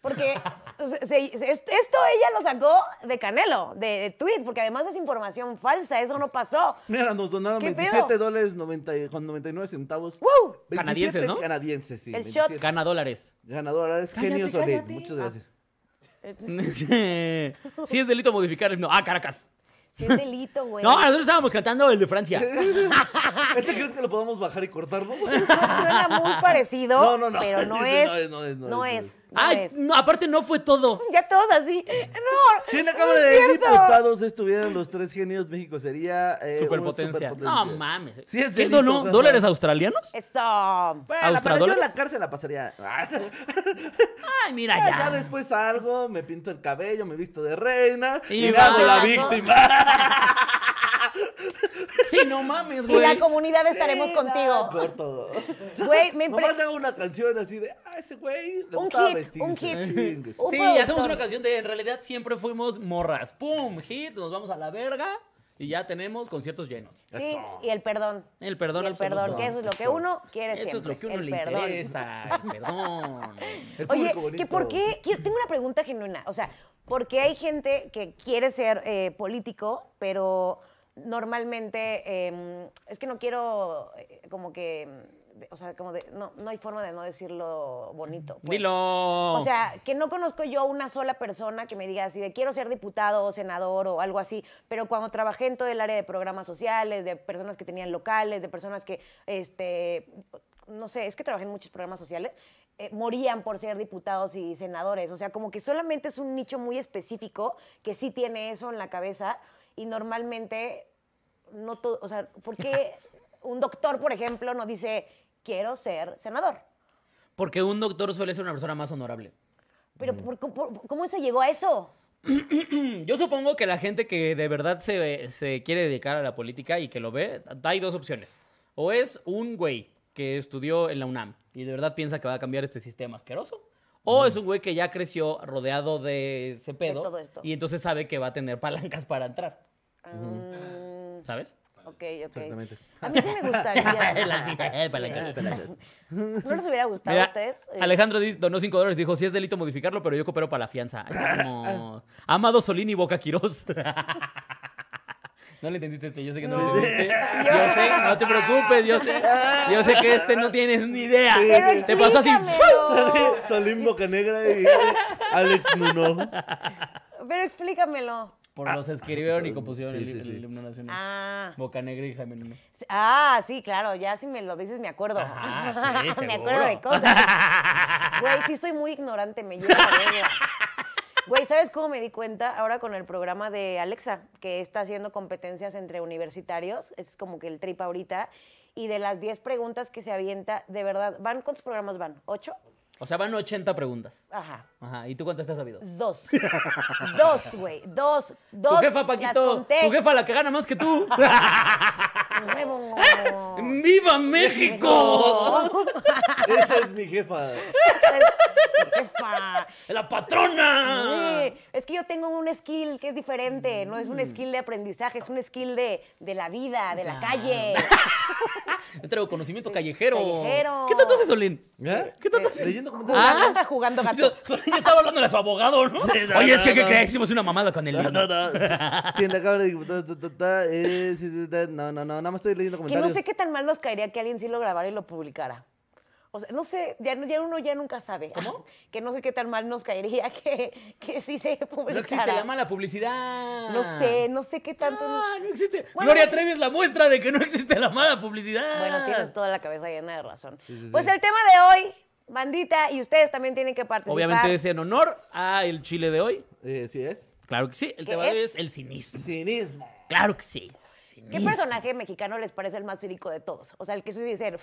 Porque se- se- se- esto ella lo sacó de Canelo, de, de tweet, porque además es información falsa, eso no pasó.
Mira, nos donaron
¿Qué pedo?
27 dólares 90 con 99 centavos.
¡Wow!
27
Canadienses, ¿no?
Canadienses, sí.
El
27.
shot.
Gana dólares.
Ganadora es Genio Solé.
Ah.
Muchas gracias.
sí es delito modificar el himno. Ah, Caracas.
Sí es delito, güey.
No, nosotros estábamos cantando el de Francia.
Pues,
¿Este crees que lo podamos bajar y cortarlo?
Suena muy parecido,
No, no, no.
pero no es. No es, no es.
no es.
no
Ay,
es.
Ah, no, aparte no fue todo.
Ya todos así. No.
Si en la
no
Cámara
es
de
cierto.
Diputados estuvieran los tres genios, México sería. eh,
Superpotencia.
una
No mames.
Sí es
¿Qué
delito,
dono-
jaja.
¿Dólares australianos?
Eso.
Bueno, pero yo en
¿Austradores?
la cárcel la pasaría.
Ah, Ay, mira
Eh, Ya,
ya.
ya después salgo, me pinto el cabello, me visto de reina.
Y
Y me hago
vas.
la víctima.
Sí, no mames,
Y
güey.
la comunidad estaremos
Sí,
contigo.
no, Corto.
Güey, me impre-
Nomás le hago una canción así de. Ah, ese güey. Le
Un
gustaba
hit,
vestirse.
un hit.
Chingues.
Un
Sí,
productor.
hacemos una canción de en realidad siempre fuimos morras. Pum, hit, nos vamos a la verga y ya tenemos conciertos llenos.
Sí, y el perdón.
El perdón
Y el
absoluto.
perdón, que eso es lo que uno quiere
Eso es
siempre,
lo que uno
el
le
perdón.
interesa, el perdón.
El
Oye,
público
que
bonito.
por qué, quiero- tengo una pregunta genuina, o sea, porque hay gente que quiere ser eh, político, pero normalmente, eh, es que no quiero eh, como que, mm, de- o sea, como de, no, no hay forma de no decirlo bonito. pues.
Dilo.
O sea, que no conozco yo una sola persona que me diga así de quiero ser diputado o senador o algo así, pero cuando trabajé en todo el área de programas sociales, de personas que tenían locales, de personas que, este, no sé, es que trabajé en muchos programas sociales, eh, morían por ser diputados y senadores. O sea, como que solamente es un nicho muy específico que sí tiene eso en la cabeza y normalmente no todo, o sea, ¿por qué un doctor, por ejemplo, no dice quiero ser senador?
Porque un doctor suele ser una persona más honorable.
Pero ¿por- por- ¿cómo se llegó a eso?
Yo supongo que la gente que de verdad se, se quiere dedicar a la política y que lo ve, hay dos opciones. O es un güey que estudió en la UNAM y de verdad piensa que va a cambiar este sistema asqueroso. O es un güey que ya creció rodeado de ese pedo
todo esto.
y entonces sabe que va a tener palancas para entrar,
Mm,
¿sabes?
Ok, ok.
Exactamente.
A mí sí me gustaría. ¿No les hubiera gustado
Mira,
a ustedes? Eh,
Alejandro di- donó 5 dólares. Dijo: Si es delito modificarlo, pero yo coopero para la fianza. Ay, como... Amado Solín y Boca Quirós. No le entendiste este, yo sé que no,
No.
le entendiste.
Yo-
Yo sé, no te preocupes, yo sé. Yo sé que este no tienes ni idea.
Pero
te pasó así.
explícamelo.
Solín Bocanegra y Alex Nuno.
Pero explícamelo.
Por
Ah,
los escribieron y compusieron
Sí,
el,
sí, sí.
el himno nacional.
Ah.
Boca Negra y Jaime Nuno.
Sí, Ah, sí, claro, ya si me lo dices me acuerdo.
Ajá, sí,
me
seguro.
acuerdo de cosas. Güey, sí soy muy ignorante, me llevo la verga. Güey, ¿sabes cómo me di cuenta? Ahora con el programa de Alexa, que está haciendo competencias entre universitarios, es como que el trip ahorita, y de las 10 preguntas que se avienta, de verdad, ¿van cuántos programas van? ¿Ocho?
O sea, van 80 preguntas.
Ajá.
Ajá. ¿Y tú cuántas te has sabido?
Dos. Dos, güey. Dos. Dos.
Tu jefa,
las
Paquito.
conté.
Tu jefa, la que gana más que tú.
Huevo.
¡Viva México!
Esa es mi jefa.
Jefa.
¡La patrona!
Sí, es que yo tengo un skill que es diferente, no es un
Mm.
skill de aprendizaje, es un skill de, de la vida, de la
Claro.
calle.
Yo traigo Este conocimiento callejero.
Callejero.
¿Qué tanto hace Solín?
¿eh?
¿Qué tanto hace?
Leyendo como
Ah.
Jugando, anda jugando
Yo,
gato.
Solín ya estaba hablando de su abogado, ¿no?
Sí, no,
Oye, es
no,
que, ¿qué
no.
crees? Hicimos una mamada con el
No, no,
libro.
no. Sí, en la Cámara de Diputados. ta, ta, ta, eh, sí, sí, ta, No, no, no. Nada más estoy leyendo
Que no
comentarios.
sé qué tan mal nos caería que alguien sí lo grabara y lo publicara. O sea, no sé, ya, no- ya uno ya nunca sabe. Que no sé qué tan mal nos caería que, que sí se publicara.
No existe la mala publicidad.
Pues, No sé, no sé qué tanto.
Ah, no existe.
Bueno,
Gloria
no-
Trevi es la muestra de que no existe la mala publicidad.
Bueno, tienes toda la cabeza llena de razón.
Sí, sí,
Pues
sí.
el tema de hoy, bandita, y ustedes también tienen que participar.
Obviamente es en honor a el Chile de hoy.
Eh, sí es.
Claro que sí. El
¿Qué
tema de hoy
es?
es el cinismo.
Cinismo.
Claro que sí.
¿Qué
cinismo.
personaje mexicano les parece el más cínico de todos? O sea, el que sí dice, "Uf,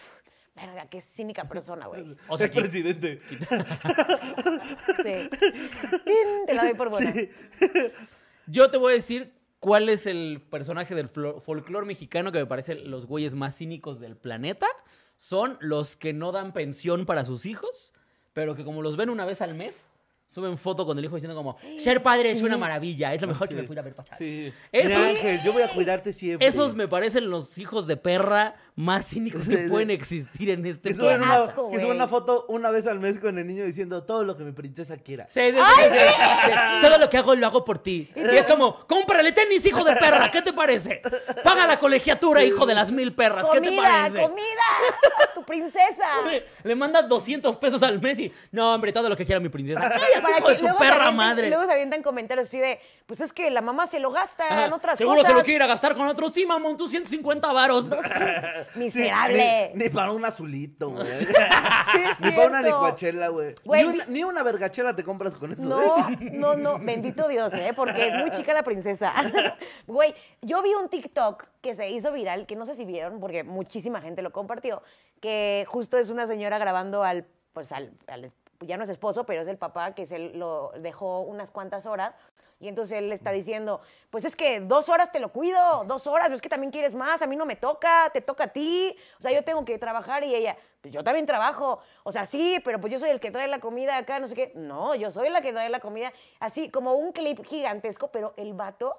verga, qué cínica persona, güey.
O sea,
el
que-
presidente.
Sí. Tin, Te la doy por buena.
Sí.
Yo te voy a decir cuál es el personaje del flo- folclore mexicano que me parece los güeyes más cínicos del planeta. Son los que no dan pensión para sus hijos, pero que como los ven una vez al mes, suben foto con el hijo diciendo como, ser padre es una maravilla, es lo mejor que me pude haber pasado.
Sí.
Esos-
Mira, Ángel, yo voy a cuidarte siempre.
Esos me parecen los hijos de perra más cínicos
Sí,
que
sí.
pueden existir en este
Que suben,
Qué
planeta.
una,
asco,
que suben una
güey.
foto una vez al mes con el niño diciendo todo lo que mi princesa quiera.
Sí, sí, sí, sí, sí. Todo lo que hago lo hago por ti. Y es como, cómprale tenis, hijo de perra, ¿qué te parece? Paga la colegiatura, hijo de las mil perras, ¿qué te
Comida,
parece?
comida, tu princesa.
Le mandas 200 pesos al Messi. No, hombre, todo lo que quiera mi princesa. Cállate,
Para
hijo de tu
luego se
perra
avienten-
madre.
Luego se avientan comentarios así de, pues es que la mamá se lo gasta
Ajá,
en otras
Seguro
cosas.
se lo quiere ir a gastar con otro. Sí, mamón, tú 150 varos.
Sí,
Miserable.
ni, ni para un azulito, güey.
Sí, es
ni para una
cierto.
licuachela, güey. Ni
Güey,
una, ni una vergachela te compras con eso. ¿eh?
No, no, no, bendito Dios, ¿eh? Porque es muy chica la princesa. Güey, yo vi un TikTok que se hizo viral, que no sé si vieron, porque muchísima gente lo compartió, que justo es una señora grabando al, pues al, al- ya no es esposo, pero es el papá que se lo dejó unas cuantas horas. Y entonces él le
Mm.
está diciendo, pues es que dos horas te lo cuido, dos horas, pero es que también quieres más, a mí no me toca, te toca a ti, o sea, yo tengo que trabajar y ella, pues yo también trabajo, o sea, sí, pero pues yo soy el que trae la comida acá, no sé qué, no, yo soy la que trae la comida, así como un clip gigantesco, pero el vato,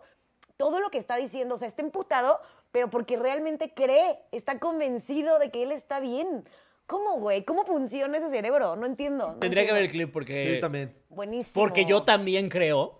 todo lo que está diciendo, o sea, está emputado, pero porque realmente cree, está convencido de que él está bien. ¿Cómo, güey? ¿Cómo funciona ese cerebro? No entiendo. no
Tendría que ver el
entiendo.
clip porque.
Sí, también.
Buenísimo.
Porque yo también creo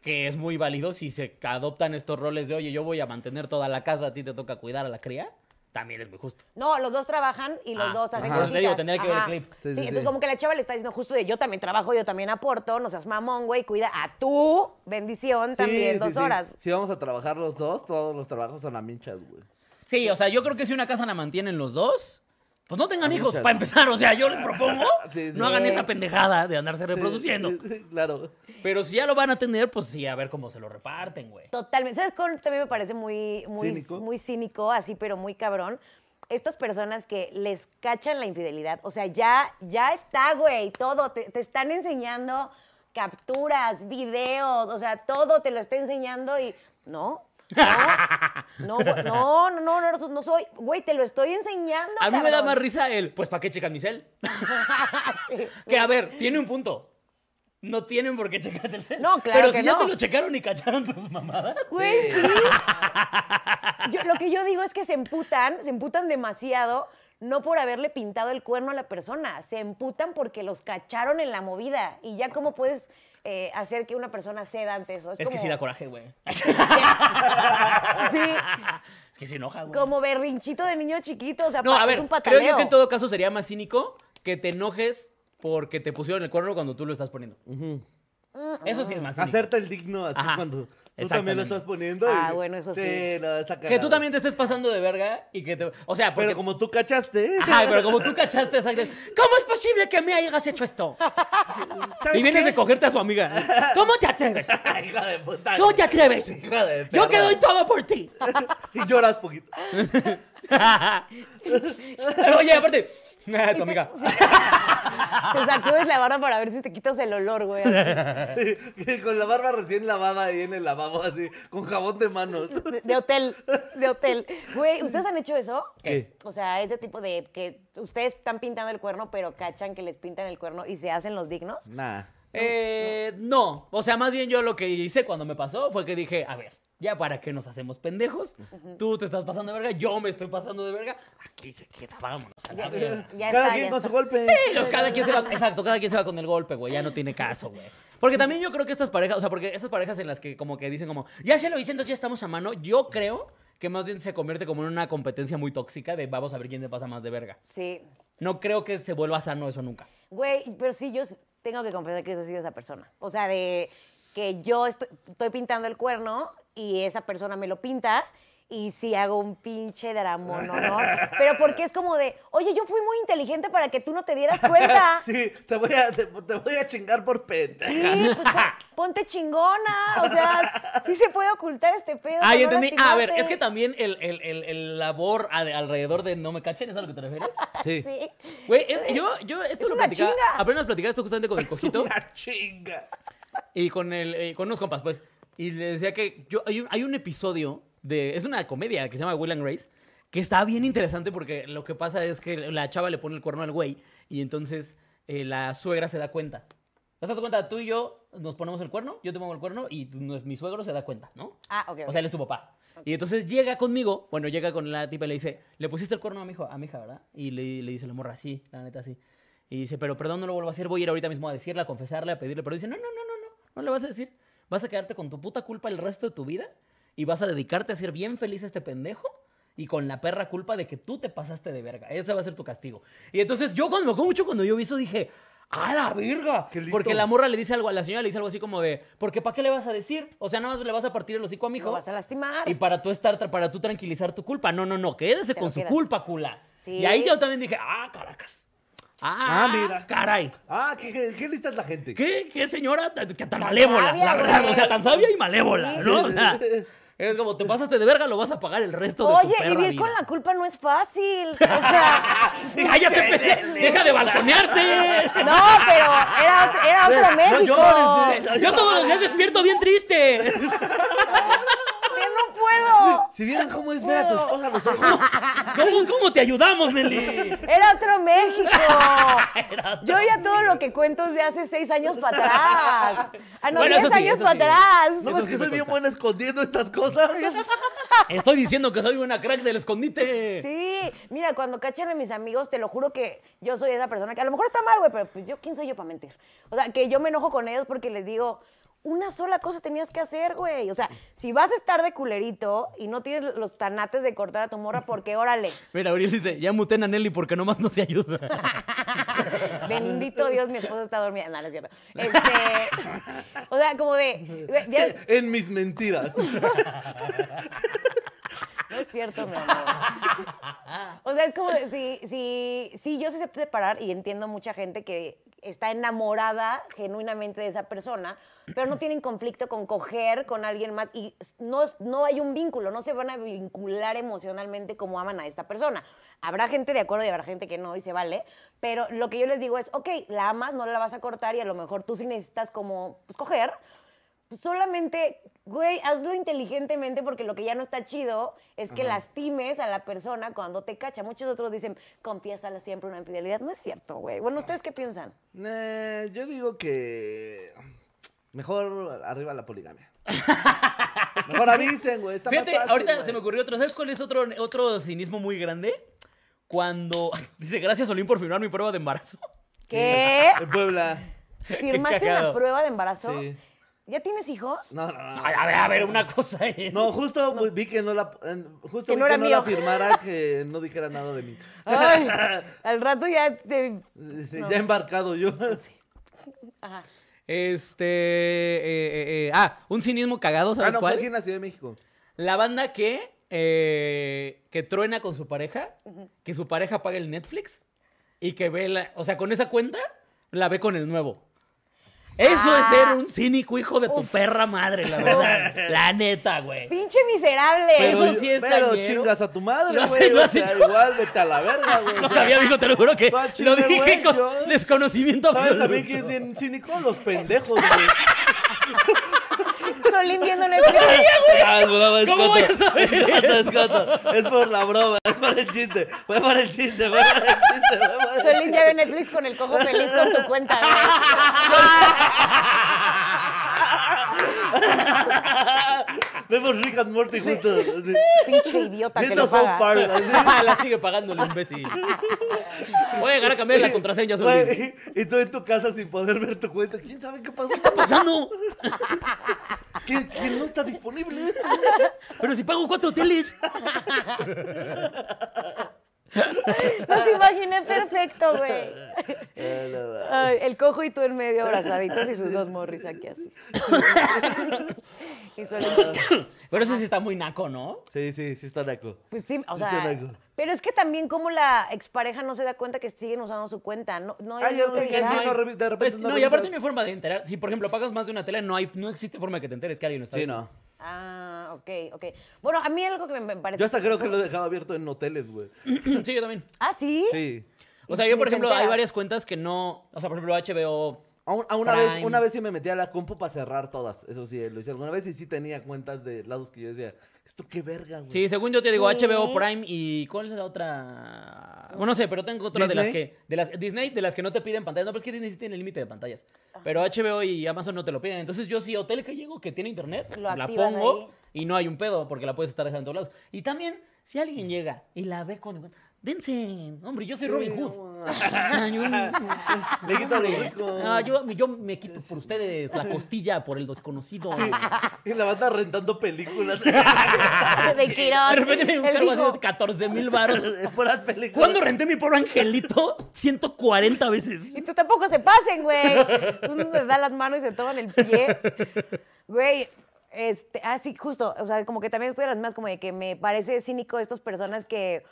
que es muy válido si se adoptan estos roles de, oye, yo voy a mantener toda la casa, a ti te toca cuidar a la cría. También es muy justo.
No, los dos trabajan y los
Ah,
dos hacen
ajá.
cositas.
Te digo, tendría que ver el
Ajá.
clip.
Sí,
Sí, sí,
entonces
sí.
como que la chava le está diciendo justo de yo también trabajo, yo también aporto, no seas mamón, güey, cuida a tu bendición también
Sí, sí,
dos
sí.
horas.
Si vamos a trabajar los dos, todos los trabajos son a minchas, güey.
Sí, o sea, yo creo que si una casa la mantienen los dos, pues no tengan
Ah,
hijos,
muchas.
para empezar. O sea, yo les propongo,
Sí, sí.
no hagan
Sí.
esa pendejada de andarse reproduciendo.
Sí, sí, claro.
Pero si ya lo van a tener, pues sí, a ver cómo se lo reparten, güey.
Totalmente. ¿Sabes cuál también me parece muy, muy
Cínico.
muy cínico, así, pero muy cabrón? Estas personas que les cachan la infidelidad. O sea, ya, ya está, güey, todo. Te, te están enseñando capturas, videos, o sea, todo te lo está enseñando y. No. No, no, güey, no, no, no, no, no soy. Güey, te lo estoy enseñando.
A mí me da
cabrón.
más risa el, pues, ¿para qué checas mi cel?
Sí.
Que a ver, tiene un punto. no tienen por qué checarte el cel.
No, claro
Pero
que
si ya
no.
te lo checaron y cacharon tus mamadas.
Güey,
Sí.
sí. Yo- lo que yo digo es que se emputan, se emputan demasiado, no por haberle pintado el cuerno a la persona, se emputan porque los cacharon en la movida. Y ya cómo puedes eh, hacer que una persona ceda ante eso. Es,
Es, que
como-
sí da coraje, güey.
Sí,
Es que se enoja, güey.
como berrinchito de niño chiquito, o sea,
No,
pa-
a
es
ver,
un pataleo.
creo yo que en todo caso sería más cínico que te enojes porque te pusieron el cuerno cuando tú lo estás poniendo. Eso sí es más cínico.
Hacerte el digno así
Ajá,
cuando tú también
exactamente.
lo estás poniendo.
Ah,
y-
bueno, eso sí.
no, está
Que tú
cagado.
también te estés pasando de verga y que te... O sea, porque...
Pero como tú cachaste.
Ajá, pero como tú cachaste exacto. ¿Cómo es posible que me hayas hecho esto?
Ah, ¿sabes
Y vienes
qué?
de cogerte a su amiga. ¿Cómo te atreves?
Hija de puta.
¿Cómo te atreves?
Hija de perra.
Yo que doy todo por ti.
Y lloras poquito.
Oye, aparte... ah, Tu amiga.
Te sacudes la barba para ver si te quitas el olor, güey. así,
Y con la barba recién lavada ahí en el lavabo, así, con jabón de manos.
De, de hotel, de hotel. Güey, ¿ustedes han hecho eso?
¿Qué?
O sea, ese tipo de que ustedes están pintando el cuerno, pero cachan que les pintan el cuerno y se hacen los dignos.
Nah.
Eh, no. O sea, más bien yo lo que hice cuando me pasó fue que dije, a ver, ya para qué nos hacemos pendejos. Tú te estás pasando de verga, yo me estoy pasando de verga. Aquí se queda, vámonos a la
Ya,
verga.
ya
Cada
está,
quien
ya
con
está.
su golpe.
Pero cada quien se va, exacto, cada quien se va con el golpe, güey, ya no tiene caso, güey. Porque también yo creo que estas parejas, o sea, porque estas parejas en las que como que dicen como, ya se lo hice, entonces ya estamos a mano, yo creo que más bien se convierte como en una competencia muy tóxica de vamos a ver quién se pasa más de verga.
Sí.
No creo que se vuelva sano eso nunca.
Güey, pero sí, yo s- tengo que confesar que yo he sido esa persona. O sea, de que yo estoy, estoy pintando el cuerno y esa persona me lo pinta y sí hago un pinche dramón, ¿no? Pero porque es como de, oye, yo fui muy inteligente para que tú no te dieras cuenta.
Sí, te voy a, te, te voy a chingar por pendeja.
Sí, pues pon- ponte chingona. O sea, sí se puede ocultar este pedo.
Ah,
no
ya entendí. Ah, a ver,
lastimarte.
es que también el, el- el- el labor a- alrededor de no me cachen, ¿es a lo que te refieres?
Sí.
Güey, es- yo, yo esto
Es
lo
una
platicaba,
chinga.
apenas platicaba esto justamente con el
Es
cosito
una chinga.
y con, el, eh, con unos compas, pues. Y le decía que yo, hay, un, hay un episodio de, es una comedia que se llama Will and Grace, que está bien interesante porque lo que pasa es que la chava le pone el cuerno al güey y entonces eh, la suegra se da cuenta. ¿Te das cuenta? Tú y yo nos ponemos el cuerno, yo te pongo el cuerno y tu- mi suegro se da cuenta, ¿no?
Ah, ok. ok.
O sea, él es tu papá. Y entonces llega conmigo, bueno, llega con la tipa y le dice, le pusiste el cuerno a mi hijo, a mi hija, ¿verdad? Y le, le dice la morra, sí, la neta, sí. Y dice, pero perdón, no lo vuelvo a hacer, voy a ir ahorita mismo a decirle, a confesarle, a pedirle, pero dice, no, no, no, no, no, no le vas a decir. Vas a quedarte con tu puta culpa el resto de tu vida y vas a dedicarte a ser bien feliz a este pendejo y con la perra culpa de que tú te pasaste de verga. Ese va a ser tu castigo. Y entonces yo cuando me acuerdo mucho cuando yo vi eso dije, ¡a la verga!
Qué listo.
Porque la morra le dice algo, a la señora le dice algo así como de, porque ¿para qué le vas a decir? O sea, nada más le vas a partir el hocico a mi hijo.
Lo vas a lastimar.
Y para tú estar, tra- para tú tranquilizar tu culpa. No, no, no, quédese
Te
con
lo
su
quedas.
culpa, cula.
Sí.
Y ahí yo también dije, ah, caracas. Ah,
Ah, mira.
Caray.
Ah, qué, qué- qué lista es la gente.
¿Qué, qué señora tan, que tan malévola?
sabia,
la verdad,
güey.
o sea, tan sabia y malévola,
Sí.
¿no? O sea, es como, te pasaste de verga, lo vas a pagar el resto de tu
Oye,
perra
vivir
vida.
con la culpa no es fácil. O sea,
¡Cállate, pendejo! ¡Deja de balconearte!
no, pero era, otro- era otro México.
llores, no
Yo todos los días despierto bien triste.
Yo no puedo.
Si vieran cómo es ver a tu esposa a los ojos.
¿Cómo, cómo te ayudamos, Nelly?
Era otro México.
Era otro
Yo ya todo lo que cuento es de hace seis años para atrás. A no,
Bueno,
diez
eso sí,
años
eso
para
sí.
atrás.
No,
Eso
es
sí
que
me
soy bien
consta.
buena escondiendo estas cosas.
Estoy diciendo que soy una crack del escondite.
Sí, mira, cuando cachan a mis amigos, te lo juro que yo soy esa persona que a lo mejor está mal, güey, pero pues yo, ¿quién soy yo para mentir? O sea, que yo me enojo con ellos porque les digo, una sola cosa tenías que hacer, güey. O sea, si vas a estar de culerito y no tienes los tanates de cortar a tu morra, porque órale,
Mira, Auriel dice, ya muten a Nelly porque nomás no se ayuda.
bendito Dios, mi esposo está dormida. No, no es cierto. Este, o sea, como de, güey, ya-
Eh, En mis mentiras.
No es cierto, mi amor. O sea, es como de- si, si, si yo sí sé separar y entiendo mucha gente que está enamorada genuinamente de esa persona, pero no tienen conflicto con coger con alguien más y s- no, es- no hay un vínculo, no se van a vincular emocionalmente como aman a esta persona. Habrá gente de acuerdo y habrá gente que no y se vale, pero lo que yo les digo es, ok, la amas, no la vas a cortar y a lo mejor tú sí necesitas como pues, coger, solamente, güey, hazlo inteligentemente porque lo que ya no está chido es que
Ajá.
lastimes a la persona cuando te cacha. Muchos otros dicen, confiésala siempre una infidelidad. No es cierto, güey. Bueno, ¿ustedes qué piensan?
Nah, Eh, yo digo que mejor arriba la poligamia. mejor avisen, güey. Está más
Fíjate,
fácil,
ahorita
güey.
se me ocurrió otro. ¿Sabes cuál es otro, otro cinismo muy grande? Cuando dice, gracias Olín por firmar mi prueba de embarazo.
¿Qué?
En Puebla.
¿Firmaste una
cagado.
prueba de embarazo?
Sí.
¿Ya tienes hijos?
No, no, no.
A, a ver, a ver, una cosa es.
No, justo pues, vi que no la eh, justo
Que
vi
no era
que no la
mío.
firmara, que no dijera nada de mí.
Ay, al rato ya te...
Sí, Ya embarcado yo. Ah,
Ajá.
Este. eh, eh, eh, ah, un cinismo cagado,
Ah,
¿sabes
no, fue
cuál?
aquí en la Ciudad de México.
La banda que. eh, que truena con su pareja, que su pareja paga el Netflix y que ve la. O sea, con esa cuenta, la ve con el nuevo. Eso
Ah.
es ser un cínico hijo de tu perra madre, la verdad. la neta, güey.
Pinche miserable.
Pero
Eso-
yo- sí es
Pero
tañero.
chingas a tu madre,
Lo has-
güey.
lo
o
has
sea,
hecho.
igual vete a la verga, güey.
No sabía, digo, te lo juro que
Tú a
lo
chingar,
dije
güey,
con
yo-
desconocimiento
¿Sabes a
absoluto.
mí que es bien cínico? Los pendejos, güey.
Solín viendo Netflix.
Ah, es broma, es
¿Cómo
coto.
voy a saber
Es coto, es coto. Es por la broma, es por el chiste. Fue por el chiste, fue por el chiste. fue por el
Solín
chiste.
ya ve Netflix con el cojo feliz con tu cuenta, güey.
Vemos Rick and Morty juntos. así.
Pinche idiota que
Neta
lo
South
paga.
Park, así.
la sigue pagando el imbécil. Voy a llegar a cambiar la contraseña, Solín.
Güey, Y tú en tu casa sin poder ver tu cuenta. ¿Quién sabe qué pasó?
¿Qué está pasando?
¿Quién, quién no está disponible esto?
Pero si pago cuatro teles.
Nos imaginé perfecto, güey.
Eh, no, va.
Ay, el cojo y tú en medio abrazaditos y sus dos morris aquí así. y Solín,
Ah.
Pero eso sí está muy naco, ¿no?
Sí, sí, sí está naco.
pues sí, o
Sí está
sea,
naco.
pero es que también como la expareja no se da cuenta que siguen usando su cuenta, no, no,
Ah,
ellos
ya
no
los
te
que
dirán.
no revi- de repente
Es que
no
no, y aparte
revisas.
no hay forma de enterar. Si, por ejemplo, pagas más de una tele, no, hay, no existe forma de que te enteres que alguien está
Sí,
viendo.
no.
Ah, ok, ok. Bueno, a mí algo que me me parece...
Yo hasta creo que lo he dejado abierto en hoteles, güey.
Sí, yo también.
Ah, ¿sí?
Sí.
O sea,
Y
yo,
ni
por
te
ejemplo, hay
enteras.
varias cuentas que no... O sea, por ejemplo, HBO...
A, un- a una, vez,
Prime.
una vez sí me metí a la compu para cerrar todas. Eso sí, lo hice alguna vez y sí tenía cuentas de lados que yo decía, esto qué verga, güey.
Sí, según yo te digo,
Sí.
HBO Prime y ¿cuál es la otra? Bueno, no sé, pero tengo otra de las
¿Disney?
que de las Disney de las que no te piden pantallas. No, pero es que Disney sí tiene límite de pantallas. Pero HBO y Amazon no te lo piden. Entonces yo sí hotel que llego que tiene internet,
Lo
la
activan
pongo
ahí.
y no hay un pedo porque la puedes estar dejando en todos lados. Y también si alguien llega y la ve con dense, hombre, yo soy Robin Hood. Ah, yo-
Le quito a los ricos.
Ah, yo, yo me quito por ustedes la costilla por el desconocido.
Y la banda rentando películas.
De Quirón.
De repente me dio un
Él
cargo así
dijo,
de 14 mil baros.
Puras películas. Ah,
¿Cuándo renté mi pobre angelito? 140 veces.
Y tú tampoco se pasen, güey. Uno les da las manos y se toman el pie. Güey, este, así justo, o sea, como que también estoy de las mismas, como de que me parece cínico estas personas que,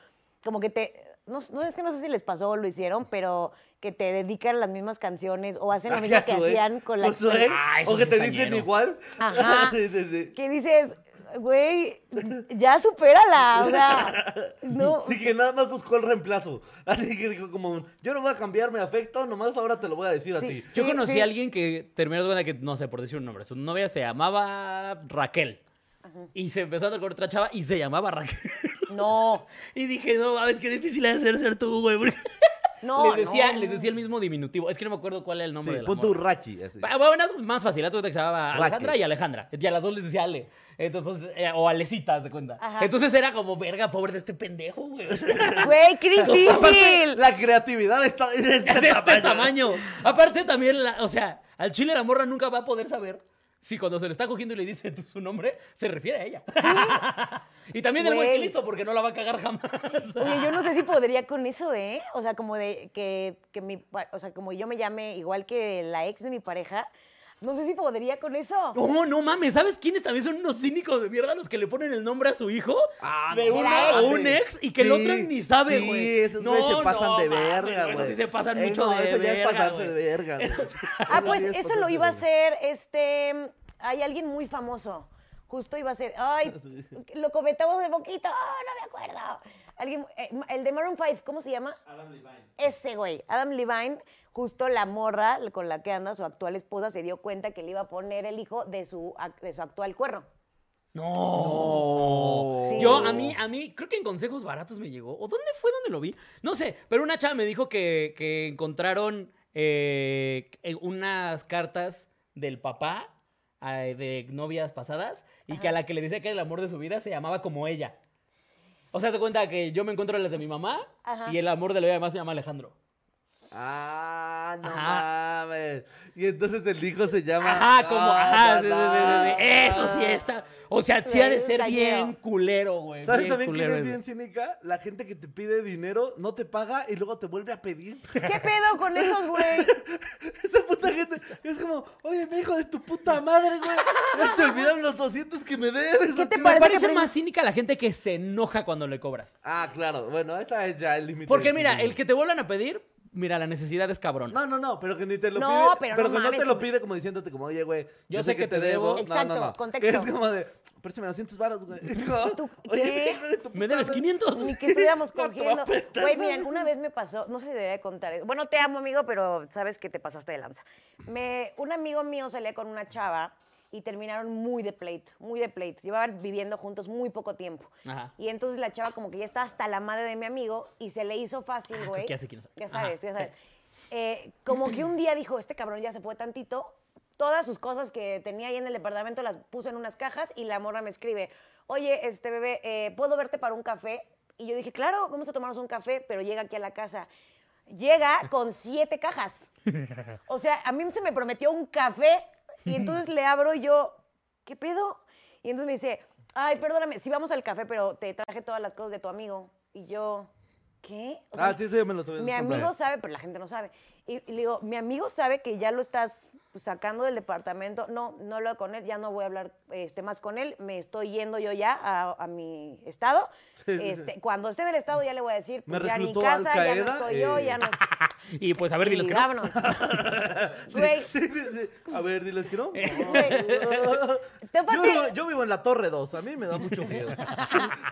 como que te, no, no, es que no sé si les pasó o lo hicieron, pero que te dedican las mismas canciones o hacen lo mismo que hacían con la
su ex,
ex.
Ah, eso
Pues, o que
sí
te
está
dicen
ñero.
igual.
Ajá.
sí, sí, sí.
Que dices, güey, ya supérala, o sea, no.
Así que nada más buscó el reemplazo. Así que dijo como, un, yo no voy a cambiar mi afecto, nomás ahora te lo voy a decir
Sí.
a ti.
Yo
Sí,
conocí
sí.
a alguien que terminó de cuenta que, no sé, por decir un nombre, su novia se llamaba Raquel. Y se empezó a tocar otra chava y se llamaba Raquel.
No,
Y dije, no mames, qué difícil es ser ser tú, güey. porque
no.
les, decía,
no,
les
no.
decía el mismo diminutivo. Es que no me acuerdo cuál era el nombre
Sí,
de la
pon tu
morra.
Raki. así.
Ah, Bueno, es más fácil, la tuve que se llamaba
Raquel.
Alejandra y Alejandra. Y a las dos les decía Ale. Entonces, pues, eh, o Alecitas, de cuenta.
Ajá.
Entonces era como, verga, pobre de este pendejo, güey.
Güey, qué
Aparte,
difícil.
La creatividad está de este,
de este
tamaño.
tamaño. Aparte también, la- o sea, al chile la morra nunca va a poder saber si cuando se le está cogiendo y le dice tú su nombre, se refiere a ella. y también el güey que
Güey.
listo porque no la va a cagar jamás.
Oye, yo no sé si podría con eso, ¿eh? O sea, como de que, que mi, pa- o sea, como yo me llame igual que la ex de mi pareja, no sé si podría con eso.
No, no mames, ¿sabes quiénes también son unos cínicos de mierda los que le ponen el nombre a su hijo?
Ah,
de
no
una
mames.
o un ex y que el
Sí,
otro ni sabe,
sí,
güey.
esos güeyes se pasan de verga, güey.
Eso sí se pasan
Eh,
mucho
no,
de
eso ya
verga.
es pasarse
güey.
de verga, güey.
Ah, pues
ya es
eso
pasarse
lo
de
iba a
verga.
hacer, este, hay alguien muy famoso. justo iba a ser, ay,
Sí.
lo comentamos de poquito, ¡ah, no me acuerdo. Alguien, eh, el de Maroon 5, ¿cómo se llama?
Adam Levine.
Ese güey, Adam Levine, justo la morra con la que anda su actual esposa se dio cuenta que le iba a poner el hijo de su, ac- de su actual cuerno.
No.
Sí.
Yo, a mí,
Oh.
a mí, creo que en consejos baratos me llegó. ¿O dónde fue donde lo vi? No sé, pero una chava me dijo que, que encontraron eh, eh, unas cartas del papá eh, de novias pasadas y que a la que le decía que era el amor de su vida se llamaba como ella. O sea, te cuenta que yo me encuentro las de mi mamá
Ajá.
y el amor de la vida además se llama Alejandro.
Ah, no
Ajá.
mames. Y entonces el hijo se llama.
Ajá, como,
Ah,
ajá,
no,
sí, sí, sí, sí, sí.
no.
Eso sí está. O sea, sí ha de
Sí,
ser
está
bien
lleno.
culero, güey.
¿Sabes
bien
también quién
culero
es
eso.
bien cínica? La gente que te pide dinero, no te paga y luego te vuelve a pedir.
¿Qué pedo con esos, güey?
Esa puta gente es como, oye, mi hijo de tu puta madre, güey. Ya te olvidaron los 200 que me debes.
¿Qué
¿o
te
Me
parece
parece,
que prim-
más cínica la gente que se enoja cuando le cobras.
Ah, claro. Bueno, esa es ya el límite.
Porque
del
mira,
cinismo.
el que te vuelvan a pedir, mira, la necesidad es cabrón.
No, no, no, pero que ni te lo
No,
pide.
pero no
que no
mames,
te lo
como-
pide como diciéndote como, oye, güey,
Yo sé que te debo.
no,
Exacto,
no, no.
contexto.
Es como de, préstame 200 varos, güey. Es como,
¿Tú qué?
oye, hijo de tu
Me
puta
debes
madre".
500.
Ni que estuviéramos
No te voy a
cogiendo.
prestar
Güey,
nada.
miren, una vez me pasó, no sé si debería de contar. eso. Bueno, te amo, amigo, pero sabes que te pasaste de lanza. Me, un amigo mío salía con una chava y terminaron muy de pleito, muy de pleito. Llevaban viviendo juntos muy poco tiempo.
Ajá.
Y entonces la chava como que ya estaba hasta la madre de mi amigo y se le hizo fácil,
Ah,
güey.
creo que ya sé quién es.
Ya
Ajá,
sabes, ya
sí.
sabes. Eh, como que un día dijo, este cabrón ya se fue tantito, todas sus cosas que tenía ahí en el departamento las puso en unas cajas y la morra me escribe, oye, este bebé, eh, ¿puedo verte para un café? Y yo dije, claro, vamos a tomarnos un café, pero llega aquí a la casa. Llega con siete cajas. O sea, a mí se me prometió un café y entonces le abro y yo, ¿qué pedo? Y entonces me dice, ay, perdóname, sí vamos al café, pero te traje todas las cosas de tu amigo. Y yo, ¿qué? O sea,
Ah, sí, eso yo me lo tuve.
mi amigo sabe, pero la gente no sabe. Y, y le digo, mi amigo sabe que ya lo estás pues, sacando del departamento. No, no hablo con él, ya no voy a hablar este, más con él. Me estoy yendo yo ya a, a mi estado.
Sí, sí, sí.
Este, Cuando esté en el estado ya le voy a decir,
Me
pues, ya ni
reclutó
casa, ya no
Al-Qaeda,
estoy yo,
eh.
ya no...
Y pues, a ver, diles
y
que no.
vámonos. Güey,
Sí, sí, sí. A ver, diles que no.
Güey. Te
Yo
pasé-
vivo, yo vivo en la Torre 2, a mí me da mucho miedo.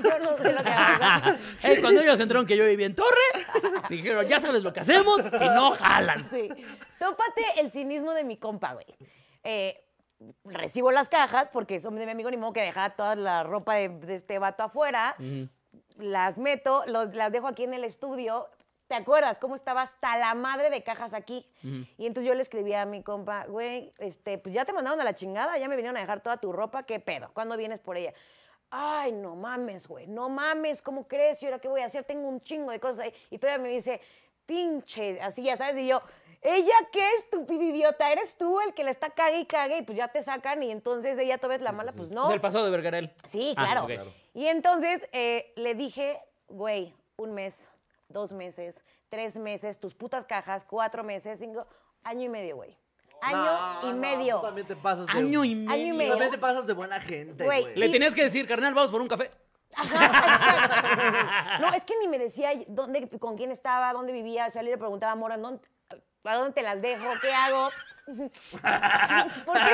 yo no sé lo que hago.
Eh, cuando ellos entraron que yo vivía en Torre, dijeron, ya sabes lo que hacemos, si no, jalas.
Sí. Tópate el cinismo de mi compa, güey. Eh, recibo las cajas porque son de mi amigo, ni modo que dejara toda la ropa de, de este vato afuera. Las meto, los- las dejo aquí en el estudio. ¿Te acuerdas cómo estaba hasta la madre de cajas aquí? Y entonces yo le escribí a mi compa, güey, este, pues ya te mandaron a la chingada, ya me vinieron a dejar toda tu ropa, ¿qué pedo? ¿Cuándo vienes por ella? Ay, no mames, güey, no mames, ¿cómo crees? ¿Y ahora qué voy a hacer? Tengo un chingo de cosas ahí. Y todavía me dice, pinche, así ya sabes, y yo, ella qué estúpido idiota, eres tú el que le está cague y cague, y pues ya te sacan, y entonces ella todavía es la mala, pues
O
no.
sea, el pasado de Vergarel.
Sí,
Ah,
claro.
ok.
Y entonces eh, le dije, güey, un mes, dos meses, tres meses, tus putas cajas, cuatro meses, cinco, año y medio, güey. Año
No,
y
no,
medio.
tú también te pasas de...
Año y medio.
Año y
tú
medio.
También te pasas de buena gente,
Güey.
güey.
Le
Y-
tenías que decir, carnal, vamos por un café.
Ajá, exacto. No, es que ni me decía dónde, con quién estaba, dónde vivía. O sea, le preguntaba, Mora, ¿dónde, ¿a dónde te las dejo? ¿Qué hago? ¿Por qué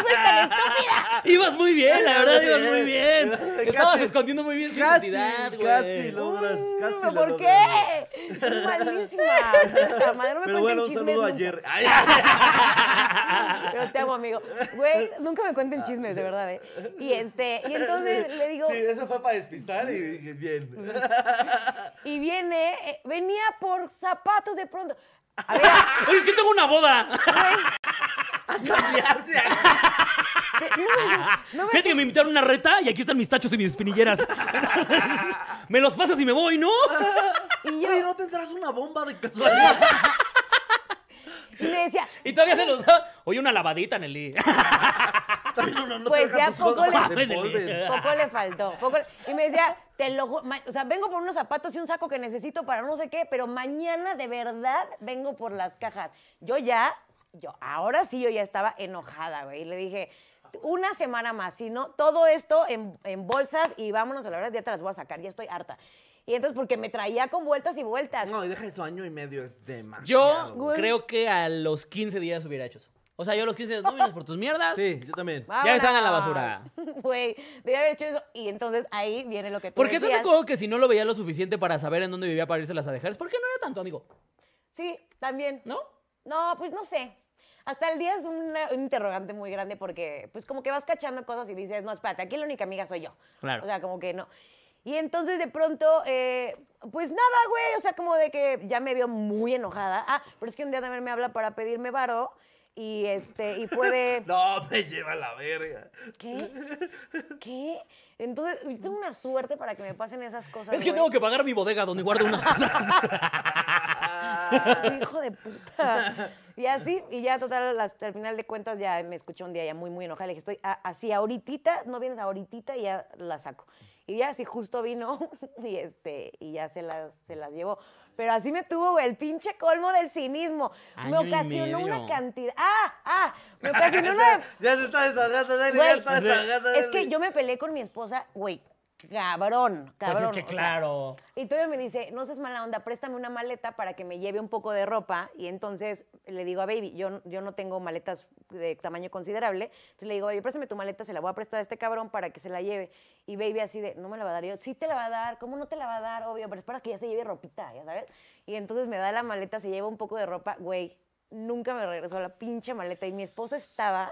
soy tan estúpida?
Ibas muy bien, la verdad,
Sí.
ibas muy bien.
Casi.
Estabas escondiendo muy bien su
Casi,
identidad, güey.
casi logras, casi
Uy,
la
Mm, ¿Por
logras.
qué? Malísima. Puta madre, no me
Pero
cuenten
bueno, un
chismes
saludo
nunca.
ayer. Ay,
Pero te amo, amigo. Güey, nunca me cuenten chismes, de verdad, ¿eh? Y, este, y entonces le digo,
Ah, Sí, eso fue para despistar y dije, bien.
y viene, eh, venía por zapatos de pronto. A ver,
Oye, es que tengo una boda.
Cambiarse
te- no, me- no me-
Fíjate que me invitaron a una reta y aquí están mis tachos y mis espinilleras. me los pasas y me voy, ¿no?
y
Oye,
yo
¿no tendrás una bomba de casualidad?
y me decía,
Y todavía se los da. Oye, una lavadita, Nelly.
También uno no
Pues
deja
ya
tus
poco
cosas para que
le-
se
Ábrele.
empolven.
poco le faltó. poco le- Y me decía, te lo ju- ma- o sea, vengo por unos zapatos y un saco que necesito para no sé qué, pero mañana de verdad vengo por las cajas. Yo ya, yo, ahora sí, yo ya estaba enojada, güey. Y le dije, una semana más, si no, todo esto en, en bolsas y vámonos a la verdad, ya te las voy a sacar, ya estoy harta. Y entonces, porque me traía con vueltas y vueltas.
No, y deja eso año y medio, es demasiado.
Yo
Güey.
creo que a los 15 días hubiera hecho eso. O sea, yo a los 15 no vienes por tus mierdas.
Sí, yo también.
Ya están a la basura.
Vámonos. Güey, debe haber hecho eso. Y entonces ahí viene lo que tú
¿Por qué estás de
decías.
acuerdo que si no lo veía lo suficiente para saber en dónde vivía para irselas a dejar? Es porque no era tanto, amigo.
Sí, también.
¿No?
No, pues no sé. Hasta el día es una- un interrogante muy grande porque, pues, como que vas cachando cosas y dices, no, espérate, aquí la única amiga soy yo.
Claro.
O sea, como que no. Y entonces de pronto, eh, pues nada, güey, o sea, como de que ya me vio muy enojada. Ah, pero es que un día también me habla para pedirme varo y este, y fue de.
No, me lleva la verga.
¿Qué? ¿Qué? Entonces, yo tengo una suerte para que me pasen esas cosas.
Es que
güey.
tengo que pagar mi bodega donde guardo unas cosas.
Hijo de puta. Y así, y ya total, hasta el final de cuentas ya me escuchó un día ya muy, muy enojada. Le dije, estoy a- así ahorita, no vienes ahorita y ya la saco. Y ya así justo vino y este, y ya se las, se las llevó. Pero así me tuvo güey, el pinche colmo del cinismo. me
Año y
ocasionó una
medio.
cantidad. ¡Ah! ¡Ah! Me ocasionó una.
Ya se está desahogando, Dani, ya
Güey,
está desahogando.
es
Dani.
que yo me peleé con mi esposa, güey, cabrón, cabrón.
Pues es
o sea,
que claro.
y todavía me dice, no seas mala onda, préstame una maleta para que me lleve un poco de ropa. Y entonces le digo a Baby, yo, yo no tengo maletas de tamaño considerable. Entonces le digo, Baby, préstame tu maleta, se la voy a prestar a este cabrón para que se la lleve. Y Baby así de, no me la va a dar. Y yo, sí te la va a dar, ¿cómo no te la va a dar? Obvio, pero es para que ya se lleve ropita, ya sabes. Y entonces me da la maleta, se lleva un poco de ropa. Güey, nunca me regresó la pinche maleta. Y mi esposa estaba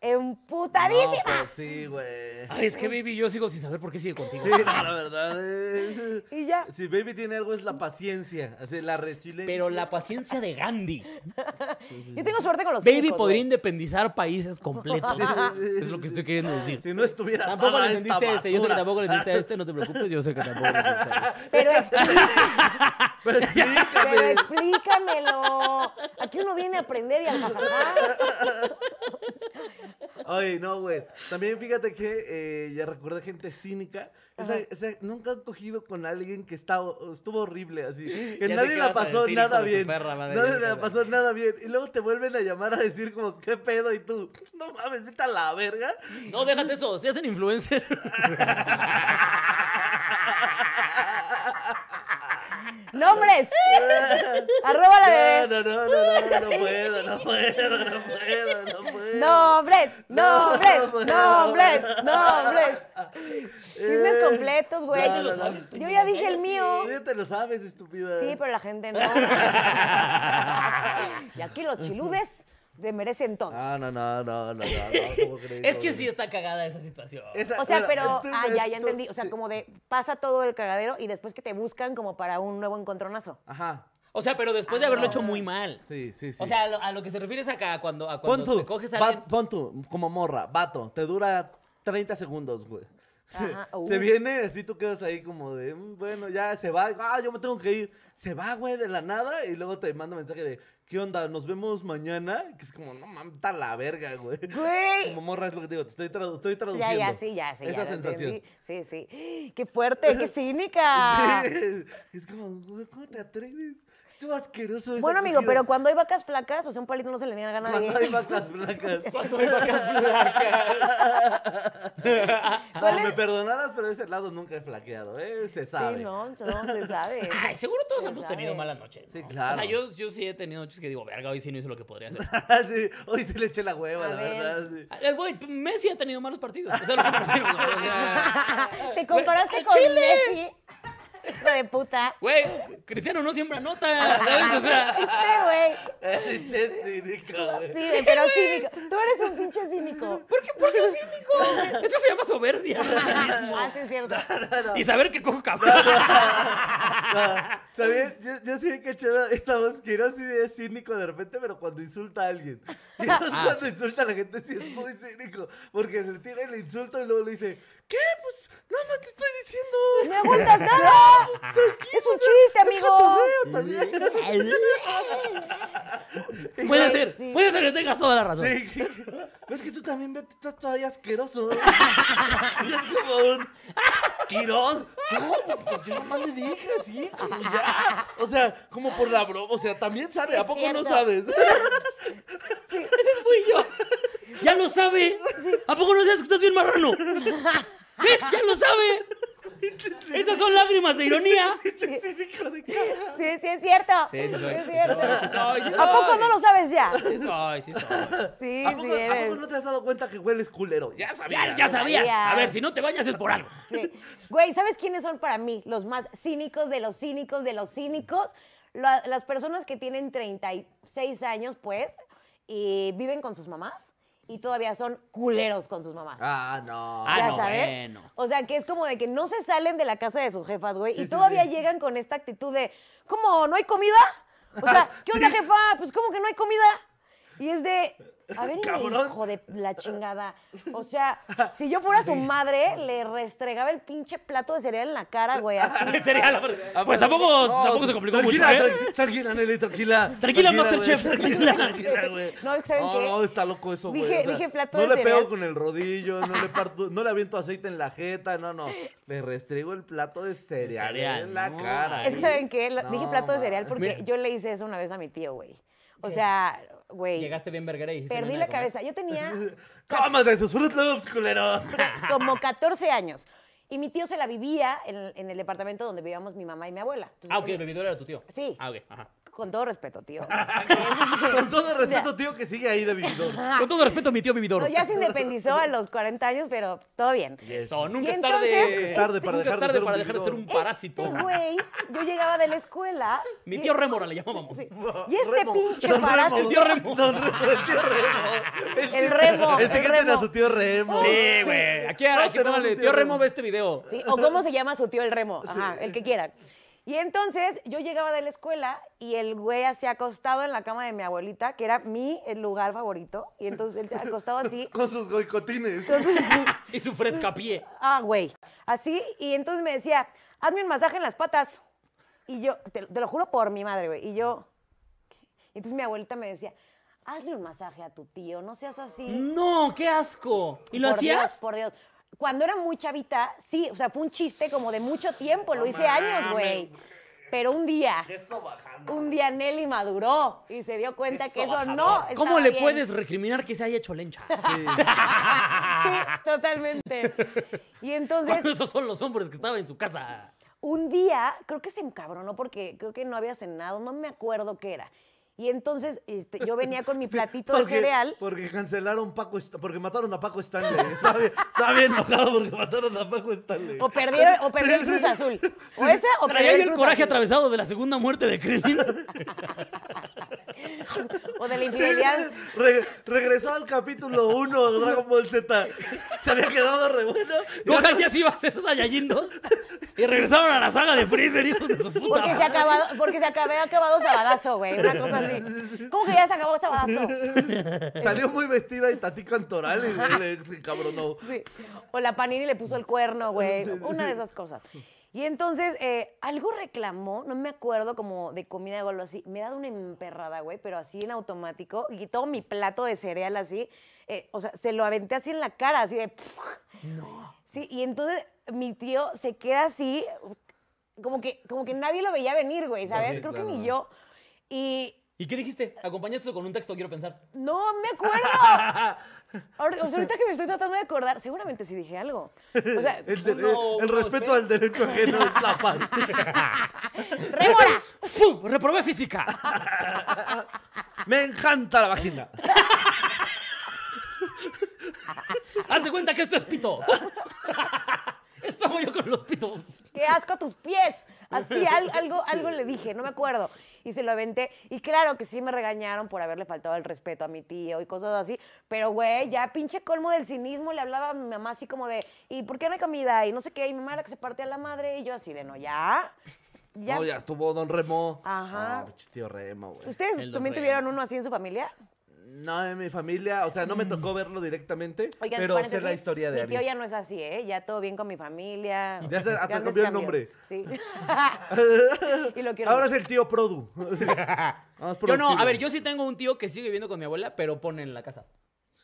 emputadísima.
No, pues sí, güey.
Ay, es que baby, yo sigo sin saber por qué sigue contigo.
Sí, no, la verdad es...
Y ya.
Si Baby tiene algo es la paciencia, así, la resiliencia.
Pero la paciencia de Gandhi.
Yo tengo suerte con los
Baby
cínicos,
podría
güey.
independizar países completos.
Sí, sí, sí,
Es lo que
sí.
estoy queriendo decir.
Si no estuviera
Tampoco
atada
le
a esta
entendiste a este. Yo sé que
basura.
tampoco le entendiste a este, no te preocupes. Yo sé que tampoco le entendiste a este.
Pero explí-
Pero
Pero
explícame.
explícamelo. Aquí uno viene a aprender y a jajaja.
Ay, no, güey. También fíjate que eh, ya recuerda gente cínica. Esa-
Ajá.
esa- nunca han cogido con alguien que está, estuvo horrible así.
Ya
Que
sé
nadie
qué
la
vas a
pasó
decir,
nada
hijo de tu
bien.
perra madre, ya
nadie
sé qué
la
vas a
pasó nada bien. Y luego te vuelven a llamar a decir como, ¿qué pedo? Y tú, no mames, vete a la verga.
No, déjate eso. Si hacen influencer.
¡Nombres! Arroba la bebé.
No, no, no, no, no, no puedo, no puedo, no puedo, no puedo.
¡Nombres!
No,
¡Nombres!
no, pues, no. Eh,
¡Nombres! ¡Nombres! Chismes completos, güey.
Ya te lo sabes,
Yo ya dije el mío.
Sí, te lo sabes, estúpida.
Sí, pero la gente no. Y aquí los chiludes te merecen todo.
Ah, no, no, no, no, no, no, ¿cómo crees?
Es que
¿Cómo
sí
crees?
está cagada esa situación.
Esa-
O sea,
mira,
pero.
tú
Ah,
ves
ya, ya
tú-
entendí. O sea,
sí.
como de pasa todo el cagadero y después que te buscan como para un nuevo encontronazo.
Ajá,
O sea, pero después de haberlo hecho muy mal.
sí, Ah. sí, sí.
O sea, a lo, a lo que se refiere es acá a cuando, a
pon
cuando
tú,
te coges a
va-
alguien.
pon tú, como morra, vato, te dura 30 segundos, güey. Se,
Ajá, uh.
se viene, así tú quedas ahí como de, "Mm, bueno, ya se va, ah, yo me tengo que ir. Se va, güey, de la nada y luego te manda mensaje de, ¿qué onda? Nos vemos mañana. Que es como, no mames, está la verga, güey.
¡Güey!
Como morra es lo que te digo, te estoy, tradu- estoy
Ya,
traduciendo.
ya, sí, ya, sí.
Esa
ya, lo
sensación.
entendí. Ah. Sí, sí. ¡Qué fuerte! ¡Qué cínica!
Sí, Es como, güey, ¿cómo te atreves? Estuvo asqueroso.
Pues,
esa
Bueno, amigo,
acogida.
pero cuando hay vacas flacas, o sea, un palito no se le niega a nadie.
Cuando hay vacas blancas.
¿Cuál
Como
es?
me perdonarás, pero de ese lado nunca he flaqueado, ¿eh? Se sabe.
Sí, no, no, se sabe.
Ay, seguro todos
Se
hemos
sabe.
tenido malas noches. ¿no?
Sí, claro.
O sea, yo, yo sí he tenido noches que digo, verga, hoy sí no hice lo que podría hacer.
Sí, Hoy se le eché la hueva,
A
la
ver.
verdad. sí.
Eh, Güey, Messi ha tenido malos partidos. O sea, lo que me refiero, güey, o sea,
¿Te comparaste
al
con
chile.
Messi? Hijo de puta.
Güey, Cristiano no siempre anota. ¿sabes? O sea,
Este güey.
Eh, che, cínico, güey.
Sí, güey, pero cínico. Tú eres un pinche cínico.
¿por qué, por qué soy cínico? Eso se llama soberbia.
Ah, sí, es cierto.
Y saber que cojo cabrón.
Ah, También, yo, yo sí que chido, estamos, quiero así de cínico de repente, pero cuando insulta a alguien. Y entonces
Ah.
cuando insulta a la gente sí es muy cínico, porque le tira el insulto y luego le dice, ¿qué? Pues nada más te estoy diciendo.
¡No aguantas nada! ¡Es un chiste, amigo!
cotorreo también. Y
Puede
ya-
ser,
Sí.
puede ser que tengas toda la razón.
Sí, que- que- Es que tú también vete, estás todavía asqueroso. y es como un Quirós. No, pues, pues, yo nomás le dije así, como ya. O sea, como por la broma. O sea, también sabe,
Sí,
¿a poco
es
no
cierto.
sabes?
Ese es muy yo. Ya lo sabe. ¿A poco no sabes que estás bien marrano? ¿Ves? Ya lo sabe. Esas son lágrimas de ironía.
Sí, sí, es cierto.
Sí, sí soy.
Es
Sí
cierto.
soy, sí soy, sí
¿A poco
soy.
no lo sabes ya?
Sí soy, sí soy.
Sí,
¿A poco,
sí
a
eres.
poco no te has dado cuenta que hueles culero?
Ya sabías, ya sabías.
sabía.
A ver, si no te bañas es por algo.
Sí. Güey, ¿sabes quiénes son para mí los más cínicos de los cínicos de los cínicos? La- las personas que tienen 36 años, pues, y viven con sus mamás y todavía son culeros con sus mamás.
Ah, no.
Ah,
ya
no,
sabes.
bueno.
O sea, que es como de que no se salen de la casa de sus jefas, güey,
Sí,
y
sí,
todavía
sí.
llegan con esta actitud de, ¿cómo? ¿No hay comida? O sea, ¿qué onda,
Sí.
jefa? Pues, ¿cómo que no hay comida? Y es de, a ver,
Cabrón.
hijo de la chingada. O sea, si yo fuera su madre, le restregaba el pinche plato de cereal en la cara, güey, así.
Sería la-
ah,
Pues tampoco,
No,
tampoco se complicó mucho.
tranquila,
¿eh?
tran- Tranquila, Nelly, tranquila.
Tranquila,
güey.
Masterchef, tranquila.
güey.
No, es que ¿saben
no,
qué?
no, está loco eso, güey.
Dije- dije plato
no
de
le
cereal.
pego con el rodillo, no le parto, no le aviento aceite en la jeta, no, no. Le restriego el plato de cereal, eh,
cereal,
en la
no,
cara.
Es que, ¿saben qué? Lo- dije
No,
plato de cereal
ma-
porque
Mira.
yo le hice eso una vez a mi tío, güey. O sea, güey,
Llegaste bien verguera y dijiste, no
perdí
hay
la
nada de comer.
cabeza. Yo tenía
¡Cómase sus Fruit Loops, culero!
Pero como 14 años. Y mi tío se la vivía en, en el departamento donde vivíamos mi mamá y mi abuela. Entonces,
Ah, ok,
oye,
el bebidor era tu tío.
Sí.
Ah, ok, ajá.
Con todo respeto, tío.
Con todo respeto, tío, que sigue ahí de vividor.
Con todo respeto a mi tío bebidor.
No, ya se independizó a los 40 años, pero todo bien.
Eso, nunca
Y
es
entonces,
tarde.
Es
tarde para
nunca es
dejar de ser
tarde
un
para dejar de ser un
vividor.
parásito.
Este güey, yo llegaba de la escuela.
Mi
y-
tío Rémora le llamábamos.
sí, Y este
Remo,
pinche
Don
parásito.
El tío Remo.
Don Remo, el tío Remo.
El Remo, el
Etiqueten a
Remo.
su tío Remo.
Sí, güey. Aquí,
Todos
aquí
tenemos
póngale,
un tío
tío Remo
Remo.
ve este video.
Sí, o cómo se llama su tío el remo, ajá, el que quieran. Y entonces yo llegaba de la escuela y el güey así acostado en la cama de mi abuelita, que era mi eh, lugar favorito. Y entonces él se acostaba así.
Con sus goicotines.
Y su frescapié.
Ah, güey. Así, y entonces me decía, hazme un masaje en las patas. Y yo, te, te lo juro por mi madre, güey. Y yo, ¿qué? Y entonces mi abuelita me decía, hazle un masaje a tu tío, no seas así.
No, qué asco. ¿Y lo
Por Dios,
hacías?
por Dios. Cuando era muy chavita, sí, o sea, fue un chiste como de mucho tiempo, lo hice años, güey. Pero un día,
Eso bajando.
un día Nelly maduró y se dio cuenta que eso no.
bajador.
¿Cómo
estaba
le
bien.
puedes recriminar que se haya hecho lencha?
Sí, totalmente. Y entonces.
Cuando esos son los hombres que estaban en su casa.
un día, creo que se encabronó porque creo que no había cenado, no me acuerdo qué era. Y entonces este, yo venía con mi platito de cereal.
Porque cancelaron Paco, Sta- porque mataron a Paco Stanley. Estaba bien, estaba bien enojado porque mataron a Paco Stanley.
O perdieron, o perdió el Cruz Azul. O esa, o perdió
Traía
el,
yo el
Cruz
coraje
Azul.
atravesado de la segunda muerte de Krillin.
O de la infidelidad.
Re- regresó al capítulo 1 de Dragon Ball Z. Se había quedado re bueno.
Gohan ya se iba a hacer Saiyajin 2 y regresaron a la saga de Freezer, hijos de su puta.
Porque se,
madre.
acabado, porque se acabó, acabado Sabadazo, güey. Una cosa así. ¿Cómo que ya se acabó Sabadazo?
Salió muy vestida y Tati Cantoral y le, le- se cabronó.
Sí. O la Panini le puso el cuerno, güey. Una de esas cosas. Y entonces, eh, algo reclamó, no me acuerdo, como de comida o algo así. Me ha dado una emperrada, güey, pero así en automático. Y todo mi plato de cereal así. eh, o sea, se lo aventé así en la cara, así de... No. Sí, y entonces mi tío se queda así, como que, como que nadie lo veía venir, güey, ¿sabes?
sí,
Creo
claro,
que ni
no.
yo. Y
¿Y qué dijiste? Acompañaste eso con un texto, quiero pensar.
no me acuerdo. Ahor- o sea, ahorita que me estoy tratando de acordar, seguramente sí dije algo. O sea,
El, de-
Uno-
el
uno
respeto
espera.
al derecho ajeno es la paz.
¡Rémora!
¡Fu! ¡Reprobé física!
Me encanta la vagina.
¡Haz de cuenta que esto es pito! Esto hago yo con los pitos.
¡Qué asco tus pies! Así al- algo, algo le dije, no me acuerdo. Y se lo aventé. Y claro que sí me regañaron por haberle faltado el respeto a mi tío y cosas así. Pero, güey, ya pinche colmo del cinismo, le hablaba a mi mamá así como de, ¿y por qué no hay comida? Y no sé qué, y mi mamá era la que se partía la madre. Y yo así de, no, ya. Ya.
No, ya estuvo Don Remo.
Ajá.
Ah,
Pues,
pinche tío Remo, güey.
¿Ustedes
El don
también
Remo.
tuvieron uno así en su familia?
No, en mi familia, o sea, no me tocó verlo directamente,
mm. Oigan,
pero sé
paréntesis,
la historia de
Mi tío
alguien.
ya no es así, ¿eh? Ya todo bien con mi familia.
Ya se- hasta
antes
cambió el
cambió.
nombre.
Sí. y lo quiero.
Ahora es
mucho.
el tío Produ. Vamos por
Yo
el
no,
tío.
a ver, yo sí tengo un tío que sigue viviendo con mi abuela, pero pone en la casa.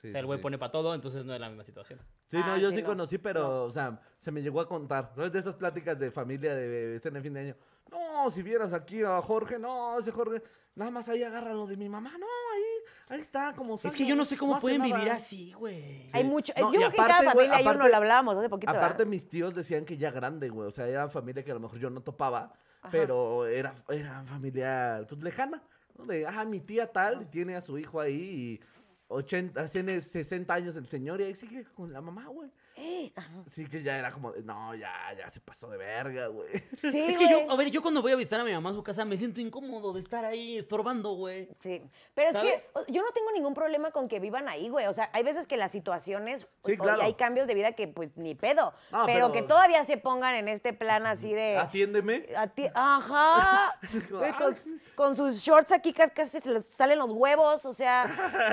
Sí,
o sea, el
sí,
güey
sí.
pone para todo, entonces no es la misma situación.
Sí, no,
Ah,
yo
sí,
sí
no.
conocí, pero, o sea, se me llegó a contar. ¿Sabes? De esas pláticas de familia de este en el fin de año. No, si vieras aquí a Jorge, no, ese Jorge, nada más ahí agarra lo de mi mamá, no, ahí, ahí está, como
Es que
santo,
yo no sé cómo
hace
pueden
nada".
vivir así, güey.
Hay mucho.
No, y
yo creo que en cada
aparte, güey,
familia hay uno,
aparte-
lo hablábamos hace poquito. ¿verdad?
Aparte, mis tíos decían que ya grande, güey. O sea, era familia que a lo mejor yo no topaba,
Ajá.
pero era, era familia, pues, lejana. ¿no? De, ah, mi tía tal y tiene a su hijo ahí y 80, tiene 60 años el señor y ahí sigue con la mamá, güey.
Eh,
Sí que ya era como, de, no, ya, ya se pasó de verga, güey.
Sí,
Es que yo,
oh,
güey.
a ver, yo cuando voy a visitar a mi mamá a su casa me siento incómodo de estar ahí estorbando, güey.
Sí. Pero es
¿Sabes?
que o- yo no tengo ningún problema con que vivan ahí, güey. O sea, hay veces que las situaciones
Sí,
o-
claro.
y hay cambios de vida que pues ni pedo.
No,
pero,
pero- Pues,
que todavía se pongan en este plan así de.
Atiéndeme.
a ti- ajá. Güey, con, con sus shorts aquí casi, casi se les salen los huevos. O sea,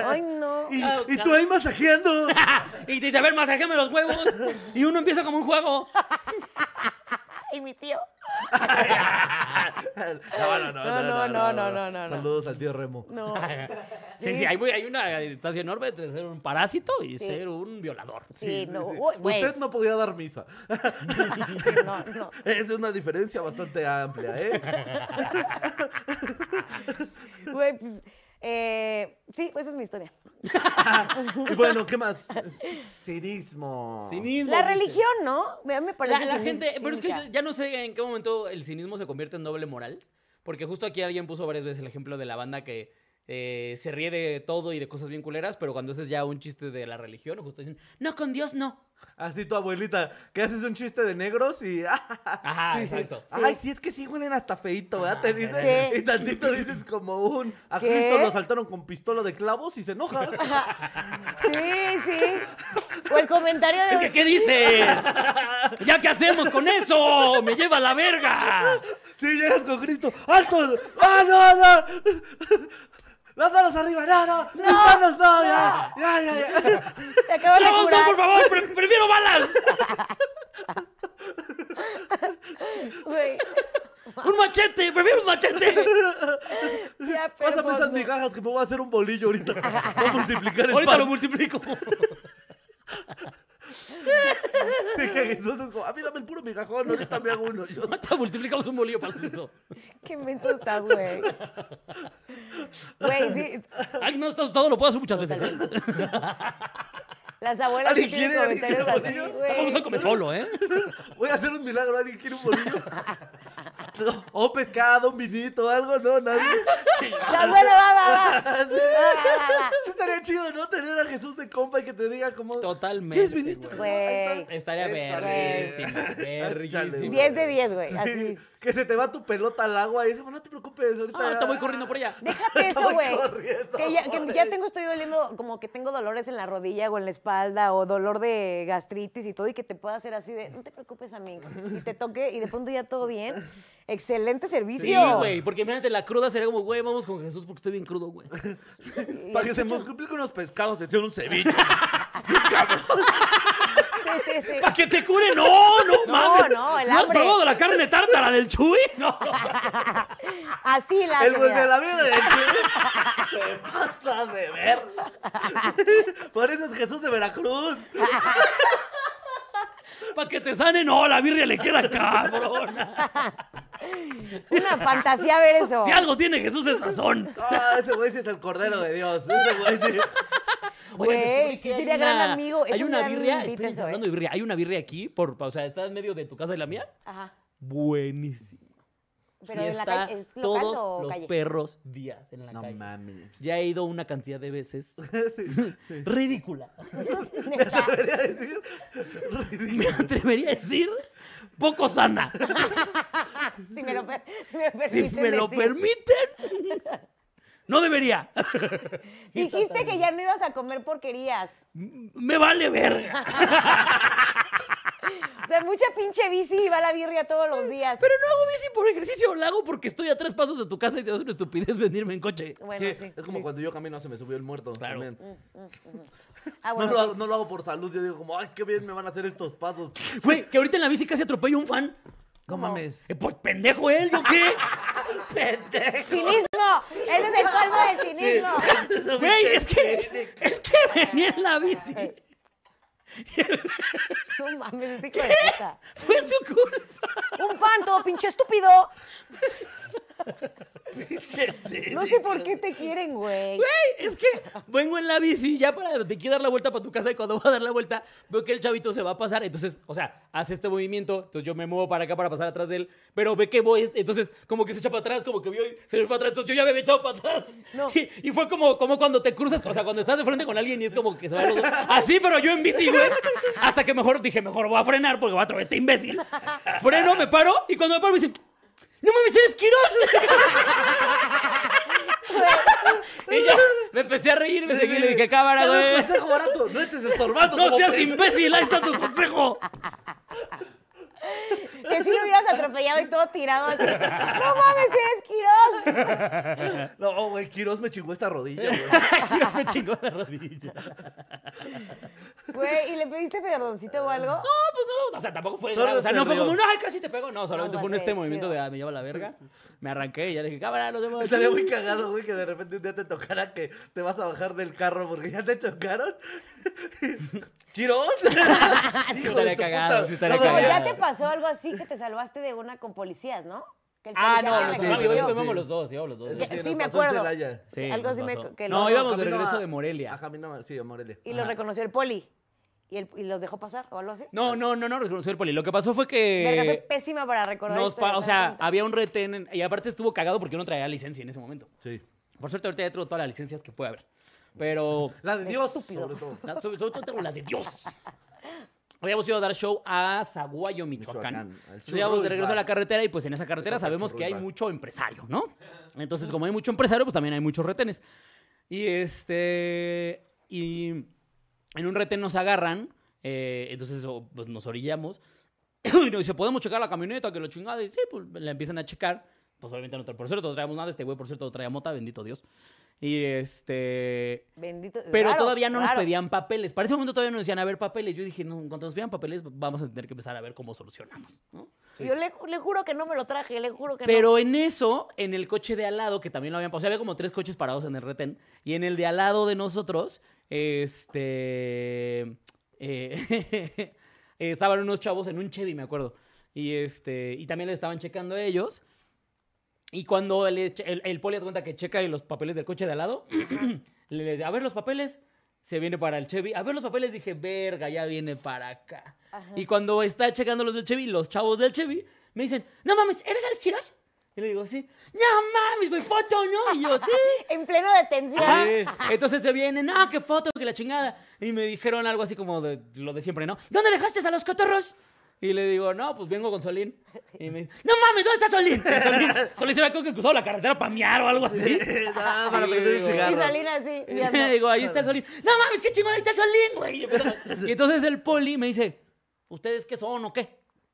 ay no.
Y,
Ah,
y tú
claro.
ahí masajeando.
y te dice, a ver, masajéame los huevos. Y uno empieza como un juego.
Y mi tío.
no, no, no,
No, no, no, no, no, no.
Saludos al tío Remo.
No.
Sí, sí, hay, muy- hay una distancia enorme entre ser un parásito y
Sí.
ser un violador.
Sí, no.
sí.
uy, güey.
Usted no podía dar misa.
No, no.
Es una diferencia bastante amplia, ¿eh?
Güey, pues, eh, sí, pues esa es mi historia.
Y bueno, ¿qué más? Cinismo.
Cinismo.
La
dice.
religión, ¿no? Me- A mí me
La,
parece
la
cínica.
gente, pero es que yo ya no sé en qué momento el cinismo se convierte en doble moral. Porque justo aquí alguien puso varias veces el ejemplo de la banda que eh, se ríe de todo y de cosas bien culeras, pero cuando haces ya un chiste de la religión, justo dicen, no, con Dios no.
Así Ah, tu abuelita, que haces un chiste de negros y...
Ajá, Ah, exacto. Ah,
Ay, sí, es que sí huelen hasta feito, ¿verdad? Te dice.
Sí.
Y tantito dices como un... A
¿Qué?
Cristo lo saltaron con pistola de clavos y se enoja.
Sí, sí. O el comentario de.
Es que, ¿qué dices? ¿Ya qué hacemos con eso? ¡Me lleva a la verga!
Sí, llegas con Cristo. ¡Alto! ¡Ah, no, no! ¡Las manos arriba! ¡No, no! ¡Las manos no! ¡Ya, ya, ya! ya.
Te acaban de
¡Clavos no,
curar.
por favor! pre- ¡Prefiero balas!
Güey,
¡Un machete! ¡Prefiero un machete!
ya, pero
Pásame
pues,
esas
no.
migajas que me voy a hacer un bolillo ahorita. Voy a multiplicar el
Ahorita
pan.
lo multiplico.
Sí, que Jesús es como, a mí dame el puro migajón, ahorita me hago uno. Yo,
Ahorita multiplicamos un bolillo para el susto.
Qué menso estás, güey. Güey, sí.
Alguien me ha asustado, lo puedo hacer muchas veces. ¿eh?
Las abuelas sí
¿Alguien
tienen
quiere- alguien
comentarios así,
quiere bolillo?
Vamos a
güey.
comer solo, ¿eh?
voy a hacer un milagro, ¿alguien quiere un bolillo? No, O pescado, un vinito, algo, no, nadie.
La abuela, va, va, va.
Sí.
Va, va, va.
Sí, estaría chido, ¿no? Tener a Jesús de compa y que te diga como...
Totalmente,
¿Quieres vinito?
güey.
Ahí está.
Estaría
Esa,
verguísima,
güey.
verguísima.
Áchale, güey.
10 de 10, güey.
Sí,
Así.
Que se te va tu pelota al agua y dices, no te preocupes, ahorita...
Ah, te voy corriendo por allá.
Déjate eso,
Voy
güey.
corriendo,
Que ya, que
güey.
ya tengo, estoy doliendo, como que tengo dolores en la rodilla o en la espalda o dolor de gastritis y todo, y que te pueda hacer así de, no te preocupes, amigo. Y te toque y de pronto ya todo bien. Excelente
Sí,
servicio.
güey, porque imagínate, la cruda sería como, güey, vamos con Jesús porque estoy bien crudo, güey.
Y-
Para que se multipliquen unos pescados, se hicieron un ceviche.
Sí, sí, sí.
¡Para que te cure! ¡No, no,
No,
mames!
no, el
¿No has
hambre.
probado la carne tártara del Chuy? No, no.
Así la
El
hace,
vuelve
mira.
a la vida de Se pasa de ver. Por eso es Jesús de Veracruz.
Para que te sane, no, la birria le queda cabrona.
Una fantasía ver eso.
Si algo tiene Jesús es sazón.
Ah, ese güey sí es el Cordero de Dios. Ese güey sí.
Güey,
descubrí
sí
hay
sería gran amigo, es
hay
un
una
gran
birria,
invite
espérense,
eso, ¿eh?
hablando de birria, hay una birria aquí, por, o sea, está en medio de tu casa y la mía.
Ajá.
Buenísimo.
Pero
Y
en la
está
calle, ¿es local
todos
o
los
calle?
perros días en la
No
calle.
mames.
Ya he ido una cantidad de veces
Sí, sí.
ridícula.
Neta.
Debería decir.
Me atrevería a decir poco sana.
Si me lo, per- si me
Si
permiten
me lo
decir.
permiten. No debería.
Dijiste que ya no ibas a comer porquerías.
Me vale verga.
O sea, mucha pinche bici y va la birria todos los días.
Pero no hago bici por ejercicio, la hago porque estoy a tres pasos de tu casa y se hace una estupidez venirme en coche.
Bueno,
Sí,
sí.
Es como cuando yo camino se me subió el muerto.
Claro.
también.
Ah,
No,
bueno.
lo hago, no lo hago por salud. Yo digo como, ay, qué bien me van a hacer estos pasos.
Güey, que ahorita en la bici casi atropello a un fan.
No mames.
Eh, pues pendejo él, ¿yo qué?
¡Cinismo! cinismo! ¡Ese es el colmo del cinismo!
Güey, es que, es que venía en la bici.
No mames, este hijo de puta.
Fue su culpa.
¡Un panto, pinche estúpido! No sé por qué te quieren, güey.
Güey, es que vengo en la bici ya para te quiero dar la vuelta para tu casa y cuando voy a dar la vuelta veo que el chavito se va a pasar, entonces, o sea, hace este movimiento, entonces yo me muevo para acá para pasar atrás de él, pero ve que voy, entonces como que se echa para atrás, como que vio y se ve para atrás, entonces yo ya me había echado para atrás.
No.
Y, y fue como, como cuando te cruzas, o sea, cuando estás de frente con alguien y es como que se va los dos. Así, pero yo en bici, güey. Hasta que mejor dije, mejor voy a frenar porque va a atravesar este imbécil. Freno, me paro y cuando me paro me dicen, ¡No mames, eres Quirós! Y yo me empecé a reír, me seguí y le dije, cámara,
Dame un
güey.
consejo pues, barato, no estés estorbando.
No
como
seas
pendejo.
imbécil, ahí está tu consejo.
Que si lo hubieras atropellado y todo tirado así. ¡No mames, eres Quirós!
No, güey, Quiroz me chingó esta rodilla, güey.
Quirós me chingó la rodilla.
Güey, ¿y le pediste perdoncito o algo?
No, pues no, o sea, tampoco fue
Solo
grave. O sea,
se
no fue
rió.
como, no, ay, casi te pego. No, solamente
No,
fue un
vale,
este movimiento
chido.
de, ah, me lleva la verga. Me arranqué y ya le dije, cámara, nos vemos.
Estaría muy cagado, güey, que de repente un día te tocara que te vas a bajar del carro porque ya te chocaron. ¿Quiroz?
Sí, estaría cagado, sí, estaría
Pero
cagado.
ya te pasó algo así que te salvaste de una con policías, ¿no? Que el
Ah,
policía
no,
te
no, sí,
reconoció.
no,
reconoció.
íbamos los dos, íbamos los dos.
Ya-
sí, nos
sí, me
pasó en
acuerdo.
Celaya.
Sí,
Algo
nos
así me-
pasó.
que
No,
lo-
íbamos de
Camino
regreso
a-
de Morelia.
A camino, sí, a Morelia.
Y los
Ajá.
reconoció el poli. ¿Y, el- y los dejó pasar o algo así?
No, no, no, no reconoció el poli. Lo que pasó fue
Verga, soy
que...
pésima para recordar
Nos
historias,
pa- o
me
sea,
doy cuenta.
había un retén en- y aparte estuvo cagado porque yo no traía licencia en ese momento.
Sí.
Por suerte, ahorita ya traigo todas las licencias que puede haber. Pero
La de Dios,
Estúpido.
sobre todo.
la- sobre, sobre todo tengo la de Dios. Habíamos ido a dar show a Zaguayo, Michoacán.
Michoacán, al
Entonces
churro
íbamos de
y
regreso a
bar.
la carretera y pues en esa carretera
Exacto,
sabemos
churro
que
y
hay
bar.
mucho empresario, ¿no? Entonces, como hay mucho empresario, pues también hay muchos retenes. Y este. Y en un retén nos agarran. eh, entonces, o- pues nos orillamos. Y nos dice, ¿podemos checar la camioneta? Que lo chingada. Y sí, pues la empiezan a checar. Pues obviamente no tra- Por cierto, no traíamos nada. Este güey, por cierto, no traía mota, bendito Dios. Y este.
Bendito.
Pero
raro,
todavía no nos
raro.
pedían papeles. Para ese momento todavía no nos decían a ver papeles. Yo dije, no, cuando nos pidan papeles, vamos a tener que empezar a ver cómo solucionamos. ¿no?
Yo le, le juro que no me lo traje, le juro que no.
Pero en eso, en el coche de al lado, que también lo habían pasado, o sea, había como tres coches parados en el retén, y en el de al lado de nosotros, este... eh, estaban unos chavos en un Chevy, me acuerdo, y este y también le estaban checando a ellos, y cuando el, el, el poli hace cuenta que checa los papeles del coche de al lado, le, le dice, a ver los papeles, se viene para el Chevy, a ver los papeles, dije, verga, ya viene para acá.
Ajá.
Y cuando está checando los del Chevy, los chavos del Chevy me dicen, no mames, ¿eres Alex Quiroz? Y le digo, sí. No mames, güey, foto, ¿no? Y yo, sí.
En pleno detención.
Ajá. Entonces se vienen, no, qué foto, que la chingada. Y me dijeron algo así como de, lo de siempre, ¿no? ¿Dónde dejaste a los cotorros? Y le digo, no, pues vengo con Solín. Y me dice, no mames, ¿dónde está Solín? Y Solín, Solín se ve como que cruzó la carretera para miar o algo así.
Ah, para
Y le
prender el
digo-
Y
cigarro.
Salina así,
Y
mirando.
digo, ahí está el Solín. No mames, qué chingón, ahí está el Solín, güey. Y, empezó- y entonces el poli me dice, ¿ustedes qué son o qué?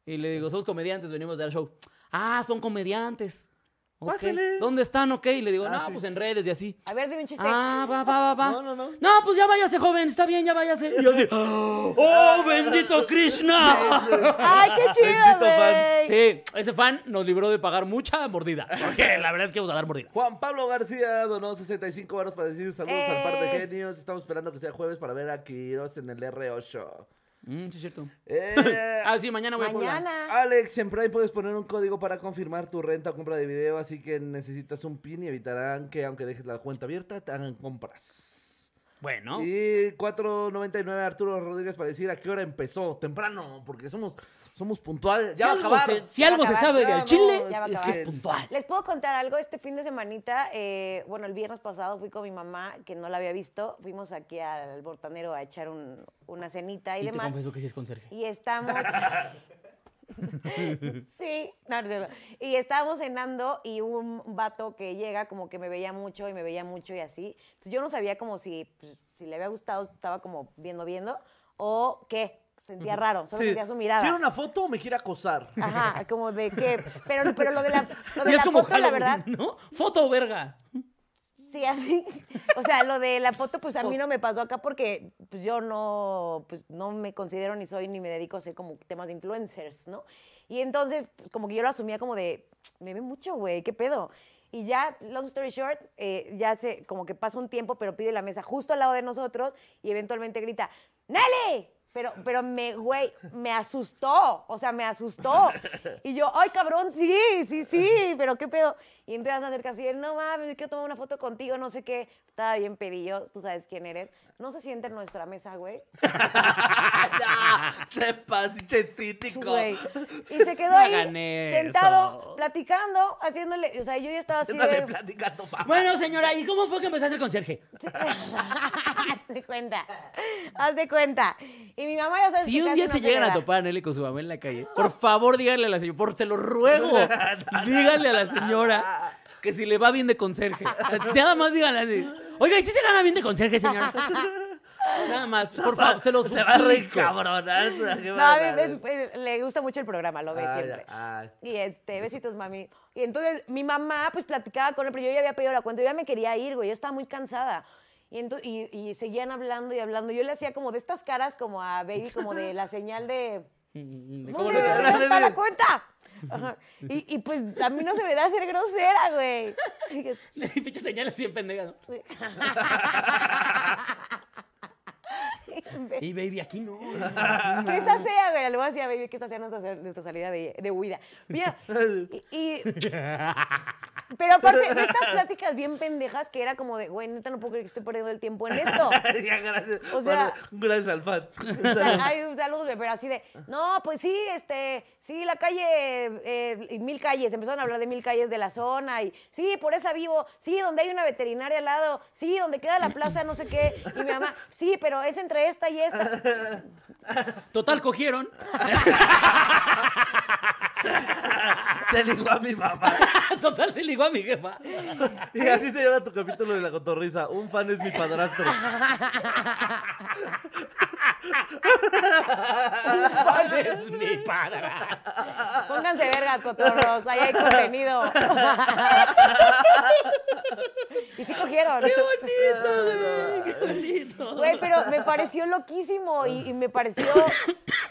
Y le digo, somos comediantes, venimos del show. Ah, son comediantes. Ok.
Pásale.
¿Dónde están? Ok. Y le digo,
Ah,
no,
sí. Este.
pues en redes y así.
A ver, dime un chiste.
Ah, va, va, va, va.
No, no, no.
pues ya váyase, joven, está bien, ya váyase. Y yo así, ¡Oh, bendito Krishna!
Ay, qué chido,
Bendito fan.
güey.
Sí, ese fan nos libró de pagar mucha mordida. Porque la verdad es que vamos a dar mordida.
Juan Pablo García donó 65 varos para decir saludos al par de
Eh.
genios. Estamos esperando que sea jueves para ver a Quiroz en el R8.
Mm, sí, es cierto.
Eh,
Ah, sí, mañana voy a Puebla.
Mañana.
Alex, en Prime puedes poner un código para confirmar tu renta o compra de video, así que necesitas un PIN y evitarán que aunque dejes la cuenta abierta, te hagan compras.
Bueno.
Y 4.99 Arturo Rodríguez para decir a qué hora empezó, temprano, porque somos, somos puntual. Ya va a
algo
acabar.
se- si
Ya va a
algo se
acabar.
sabe
Ya,
del
no,
chile,
ya va a
es que
acabar.
es puntual.
Les puedo contar algo. Este fin de semanita, eh, bueno, el viernes pasado fui con mi mamá, que no la había visto. Fuimos aquí al Bortanero a echar un- una cenita y,
Y te
demás.
confieso que sí es conserje.
Y estamos. sí, no, no, no. Y estábamos cenando y hubo un vato que llega, como que me veía mucho y me veía mucho y así. Entonces yo no sabía como si, pues, si le había gustado, estaba como viendo, viendo, o qué. Sentía raro, solo
Sí.
sentía su mirada.
¿Quiere una foto o me quiere acosar?
Ajá, como de que. Pero, pero lo de la, lo de
Y
la
es como
foto, la
Halloween,
verdad,
¿no? Foto, verga.
sí, así. O sea, lo de la foto, pues a mí no me pasó acá porque pues, yo no, pues, no me considero ni soy ni me dedico a hacer como temas de influencers, ¿no? Y entonces, pues, como que yo lo asumía como de, me ve mucho, güey, ¿qué pedo? Y ya, long story short, eh, ya se, como que pasa un tiempo, pero pide la mesa justo al lado de nosotros y eventualmente grita, ¡Nelly! Pero, pero me, güey, me asustó, o sea, me asustó. Y yo, ay, cabrón, sí, sí, sí, pero qué pedo. Y entonces se acerca así, no mames, quiero tomar una foto contigo, no sé qué. Estaba bien pedillo, tú sabes quién eres. No se siente en nuestra mesa, güey.
¡Ah, no! ¡Se pasó, chestítico!
Güey. Y se quedó
No
ahí,
hagan eso.
sentado, platicando, haciéndole, o sea, yo ya estaba así
Ándale,
de-
platicando, papá.
Bueno, señora, ¿y cómo fue que empezaste el conserje?
haz de cuenta, haz de cuenta. Y mi mamá ya sabe
Si un día se llegan a topar a Nelly con su mamá en la calle, por favor díganle a la señora, por se lo ruego, díganle a la señora que si le va bien de conserje. Nada más díganle así. Oiga, ¿y si se gana bien de conserje, señora? Nada más, por favor, se los
Se va a ¿eh?
suplico.
recabronar. No,
No, a mí me- le gusta mucho el programa,
Ah,
lo ve
Ah,
siempre.
Ay,
Y este, besitos, mami. Y entonces mi mamá, pues platicaba con él, pero yo ya había pedido la cuenta, yo ya me quería ir, güey, yo estaba muy cansada. Y, ento- y, y seguían hablando y hablando. Yo le hacía como de estas caras, como a Baby, como de la señal Mm, de.
¿Cómo
¿Cómo
lo-
se me da la cuenta? Ajá. Y, y pues a mí no se me da ser grosera, güey.
Le di pinche señales bien pendeja, ¿no? Y baby, aquí no.
Que esa sea, güey. Le voy a decir a Baby que esa sea nuestra, nuestra salida de, de huida. Mira, y, y- Pero aparte, de estas pláticas bien pendejas que era como de, güey, neta, no puedo creer que estoy perdiendo el tiempo en esto.
ay. Ya, gracias.
O sea-
Bueno, gracias al fan.
O sea, hay un saludo, pero así de, no, pues sí, este, sí, la calle, eh, y mil calles, empezaron a hablar de mil calles de la zona, y sí, por esa vivo, sí, donde hay una veterinaria al lado, sí, donde queda la plaza, no sé qué, y mi mamá, sí, pero es entre esta y esta.
Total, cogieron.
Se ligó a mi mamá.
Total, se ligó a mi jefa.
Y así se llama tu capítulo de la cotorriza. Un fan es mi padrastro.
¿Cuál es mi padre?
Pónganse vergas, cotorros, ahí hay contenido. y sí cogieron.
¡Qué bonito, güey! ¡Qué bonito!
Güey, pero me pareció loquísimo y, y me pareció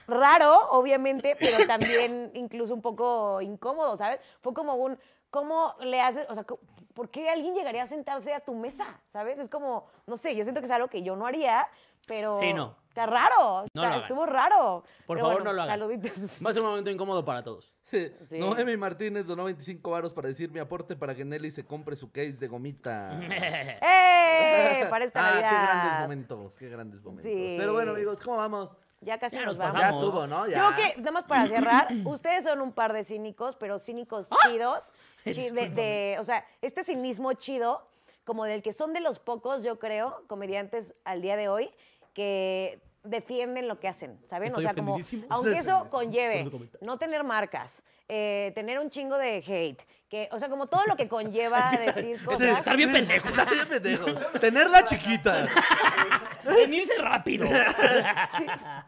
raro, obviamente, pero también incluso un poco incómodo, ¿sabes? Fue como un, ¿cómo le haces? O sea, co- ¿por qué alguien llegaría a sentarse a tu mesa? ¿Sabes? Es como, no sé, yo siento que es algo que yo no haría, pero...
Sí, no.
Está raro,
No
está-
lo hagan.
estuvo raro.
Por
Pero
favor,
bueno,
no lo hagan.
Saluditos.
Va a ser un momento incómodo para todos.
Sí.
Noemi Martínez donó 25 varos para decir mi aporte para que Nelly se compre su case de gomita.
¡Eh! Para esta
ah,
Navidad.
qué grandes momentos, qué grandes momentos.
Sí.
Pero bueno, amigos, ¿cómo vamos?
Ya casi
Ya nos
nos, vamos.
Ya
Vamos.
estuvo, ¿no? Ya.
Yo creo que, nada más para cerrar, ustedes son un par de cínicos, pero cínicos
¡Ah!
chidos. chi- de- de- o sea, este cinismo chido, como del que son de los pocos, yo creo, comediantes al día de hoy, que defienden lo que hacen, ¿saben?
Estoy
o sea, como,
ofendidísimo.
aunque
Estoy
eso
ofendidísimo por
conlleve
tu comentario.
no tener marcas, eh, tener un chingo de hate, que, o sea, como todo lo que conlleva decir cosas.
Estar bien pendejo.
Está bien, pendejo. Tenerla chiquita.
Venirse rápido.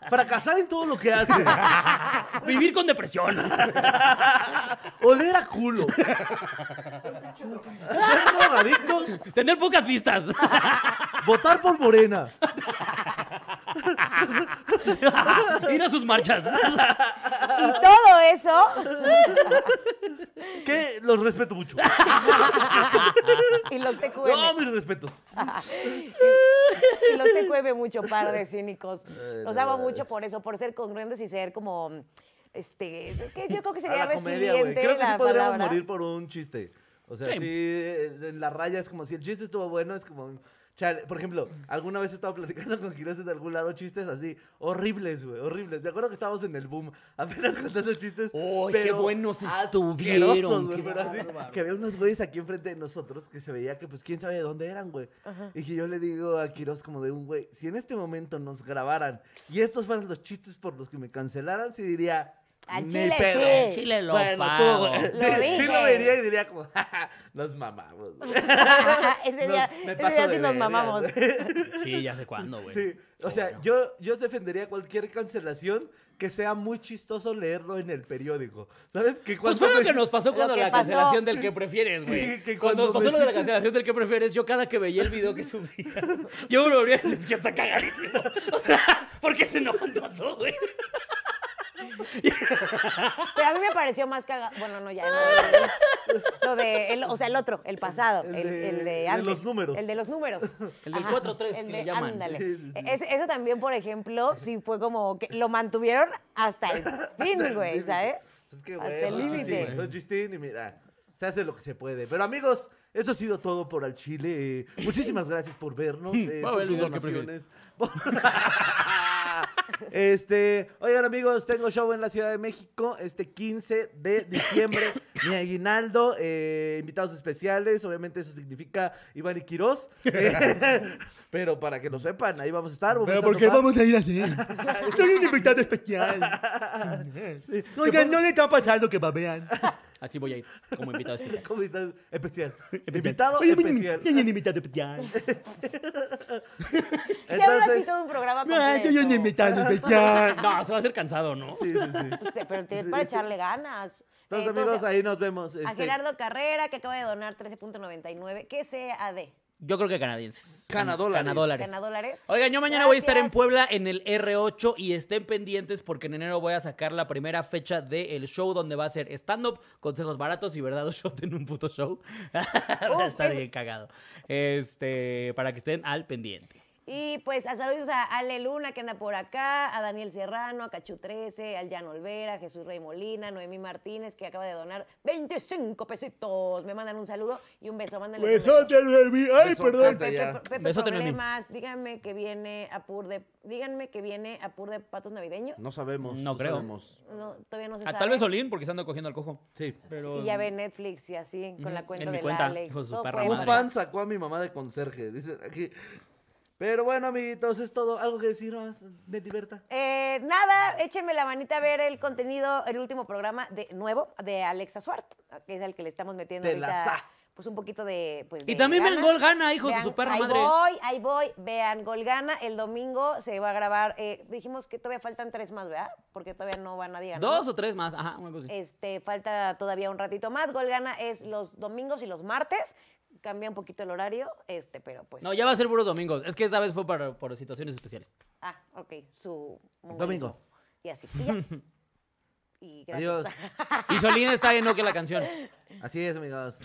Fracasar en todo lo que hace.
Vivir con depresión.
Oler a culo. Ser drogadictos.
Tener pocas vistas.
Votar por Morena.
Ir a sus marchas.
Y todo eso,
Que los respeto mucho.
y los TQM.
No, mis respetos.
y los TQM mucho, par de cínicos.
Eh,
Los
la
amo
verdad.
mucho por eso, por ser congruentes y ser como, este, que yo creo que
A
sería
la comedia, güey.
resiliente
Creo que sí
la
podríamos
palabra.
morir por un chiste. O sea,
Sí.
sí. eh, en la raya es como si el chiste estuvo bueno, es como. chale. por ejemplo, alguna vez estaba platicando con Quiroz en algún lado chistes así, horribles, güey, horribles. Me acuerdo que estábamos en el boom, apenas contando chistes.
¡Uy, qué
pero
buenos
asquerosos,
estuvieron!
güey,
¡Qué
pero así,
bárbaro!
que había unos güeyes aquí enfrente de nosotros que se veía que, pues, quién sabe de dónde eran, güey. Y que yo le digo a Quiroz como de un güey, si en este momento nos grabaran y estos fueran los chistes por los que me cancelaran, sí diría.
Al
"Ni
chile,
pedo".
sí.
Chile lo
Bueno,
pago.
tú, güey.
Lo
sí, sí lo
dije.
vería y diría como, "Ja, ja, nos mamamos. güey".
ese
Nos-
día,
me
ese
paso
día
de
sí nos
verga,
mamamos.
güey.
Sí, ya sé cuándo, güey.
Sí, o sea,
Bueno.
yo, yo defendería cualquier cancelación que sea muy chistoso leerlo en el periódico. ¿Sabes? Que cuando
Pues fue lo
me-
que nos pasó cuando
que
la
pasó.
cancelación del que prefieres, güey.
Sí, que
cuando nos
cuando me
pasó lo de la
citan-
cancelación del que prefieres, yo cada que veía el video que subía, yo me lo abría y decía, "Es que está cagadísimo. O sea, ¿por qué se enojan tanto, güey?
Pero a mí me pareció más cagado. Bueno, no, ya. No, lo de, el- o sea, el otro, el pasado, el,
El de-
el de
de
antes,
los números.
El de los números.
El del
Ajá,
4-3,
el
que
de-
le llaman.
Ándale.
Sí, sí, sí.
Es- eso también, por ejemplo, sí fue como que lo mantuvieron hasta el fin, güey, ¿sabes?
Pues que
Hasta
bueno,
el
Justin,
límite.
¿no? Justin, y mira, se hace lo que se puede. Pero amigos, eso ha sido todo por al Chile. Eh, Muchísimas gracias por vernos, eh,
Va a
por
ver
sus
el que prefieres.
donaciones. este, oigan amigos, tengo show en la Ciudad de México este 15 de diciembre. Mi aguinaldo, eh, invitados especiales, obviamente eso significa Iván y Quirós. Eh, pero para que lo sepan, ahí vamos a estar. vamos a
Pero
estar
¿por qué
nomás.
vamos a ir así? Soy un invitado especial. Sí. Oigan, no le está pasando que babean.
Así voy a ir, como invitado especial.
Como invitado especial. Invitado
Oye,
especial.
Soy un invitado especial.
Sí, ahora sí todo un programa
Ay, soy un
completo.
invitado especial.
No, se va a hacer cansado, ¿no?
Sí, sí, sí.
Sí, Pero tienes para echarle ganas.
Entonces,
Eh,
amigos, ahí nos vemos.
A
este,
Gerardo Carrera, que acaba de donar 13.99, que sea AD.
Yo creo que canadienses.
Canadólares.
Canadólares.
Ganadólares.
Oigan, yo mañana voy a estar en
Gracias.
Puebla en el R8 y estén pendientes porque en enero voy a sacar la primera fecha del show donde va a ser stand-up, consejos baratos y verdad o shot en un puto show. Va a estar
es-
bien cagado. Este, para que estén al pendiente.
Y pues a saludos a Ale Luna que anda por acá, a Daniel Serrano, a Cachu 13, al Jan Olvera, a Jesús Rey Molina, a Noemí Martínez que acaba de donar 25 pesitos. Me mandan un saludo y un beso. Mándenle un beso.
Besote, Luis. Ay,
Besote.
perdón.
Hasta allá.
Pepe, Pepe
Besote, Noemí.
problemas, díganme que viene a pur de, díganme que viene a pur de patos navideños.
No sabemos.
No creo.
sabemos.
No, todavía no
A
se sabe.
Ah, tal vez Olin porque se anda cogiendo al cojo.
Sí.
Pero
Y ya ve Netflix y así, con la
Ujú,
cuenta
en mi
del
cuenta,
Alex.
hijo de su
Todo
perra
puede
madre.
Un
ser.
fan sacó a mi mamá de conserje, dicen aquí. Pero bueno, amiguitos, es todo. ¿Algo que decir más? Me diverta.
Eh, nada, échenme la manita a ver el contenido, el último programa de nuevo de Alexa Suart, que es el que le estamos metiendo
Te la sa.
ahorita, pues un poquito de pues,
Y
de
también vean
ganas.
Gol Gana, hijos de
Vean-
su perra
ahí
madre.
voy, ahí voy, vean Gol Gana, el domingo se va a grabar, eh, dijimos que todavía faltan tres más, ¿verdad? Porque todavía no van a digan.
dos o tres más. Ajá, una cosa así.
Este, falta todavía un ratito más, Gol Gana es los domingos y los martes, cambia un poquito el horario, este, pero pues...
No, ya va a ser puros domingos. Es que esta vez fue para, por situaciones especiales.
Ah, ok, su...
Domingo.
Y así, y ya. Y gracias.
Adiós.
Y Solín está en no que la canción.
Así es, amigos.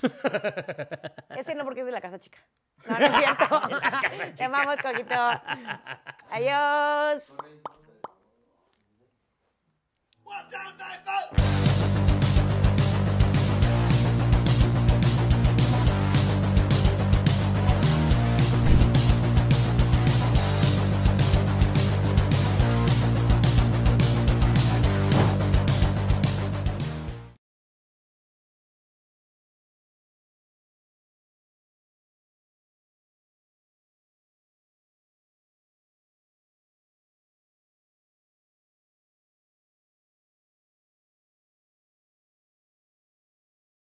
Ese no porque es de la casa chica. No, no es cierto. Te amamos, Coquito. Adiós.
One, two, three, four.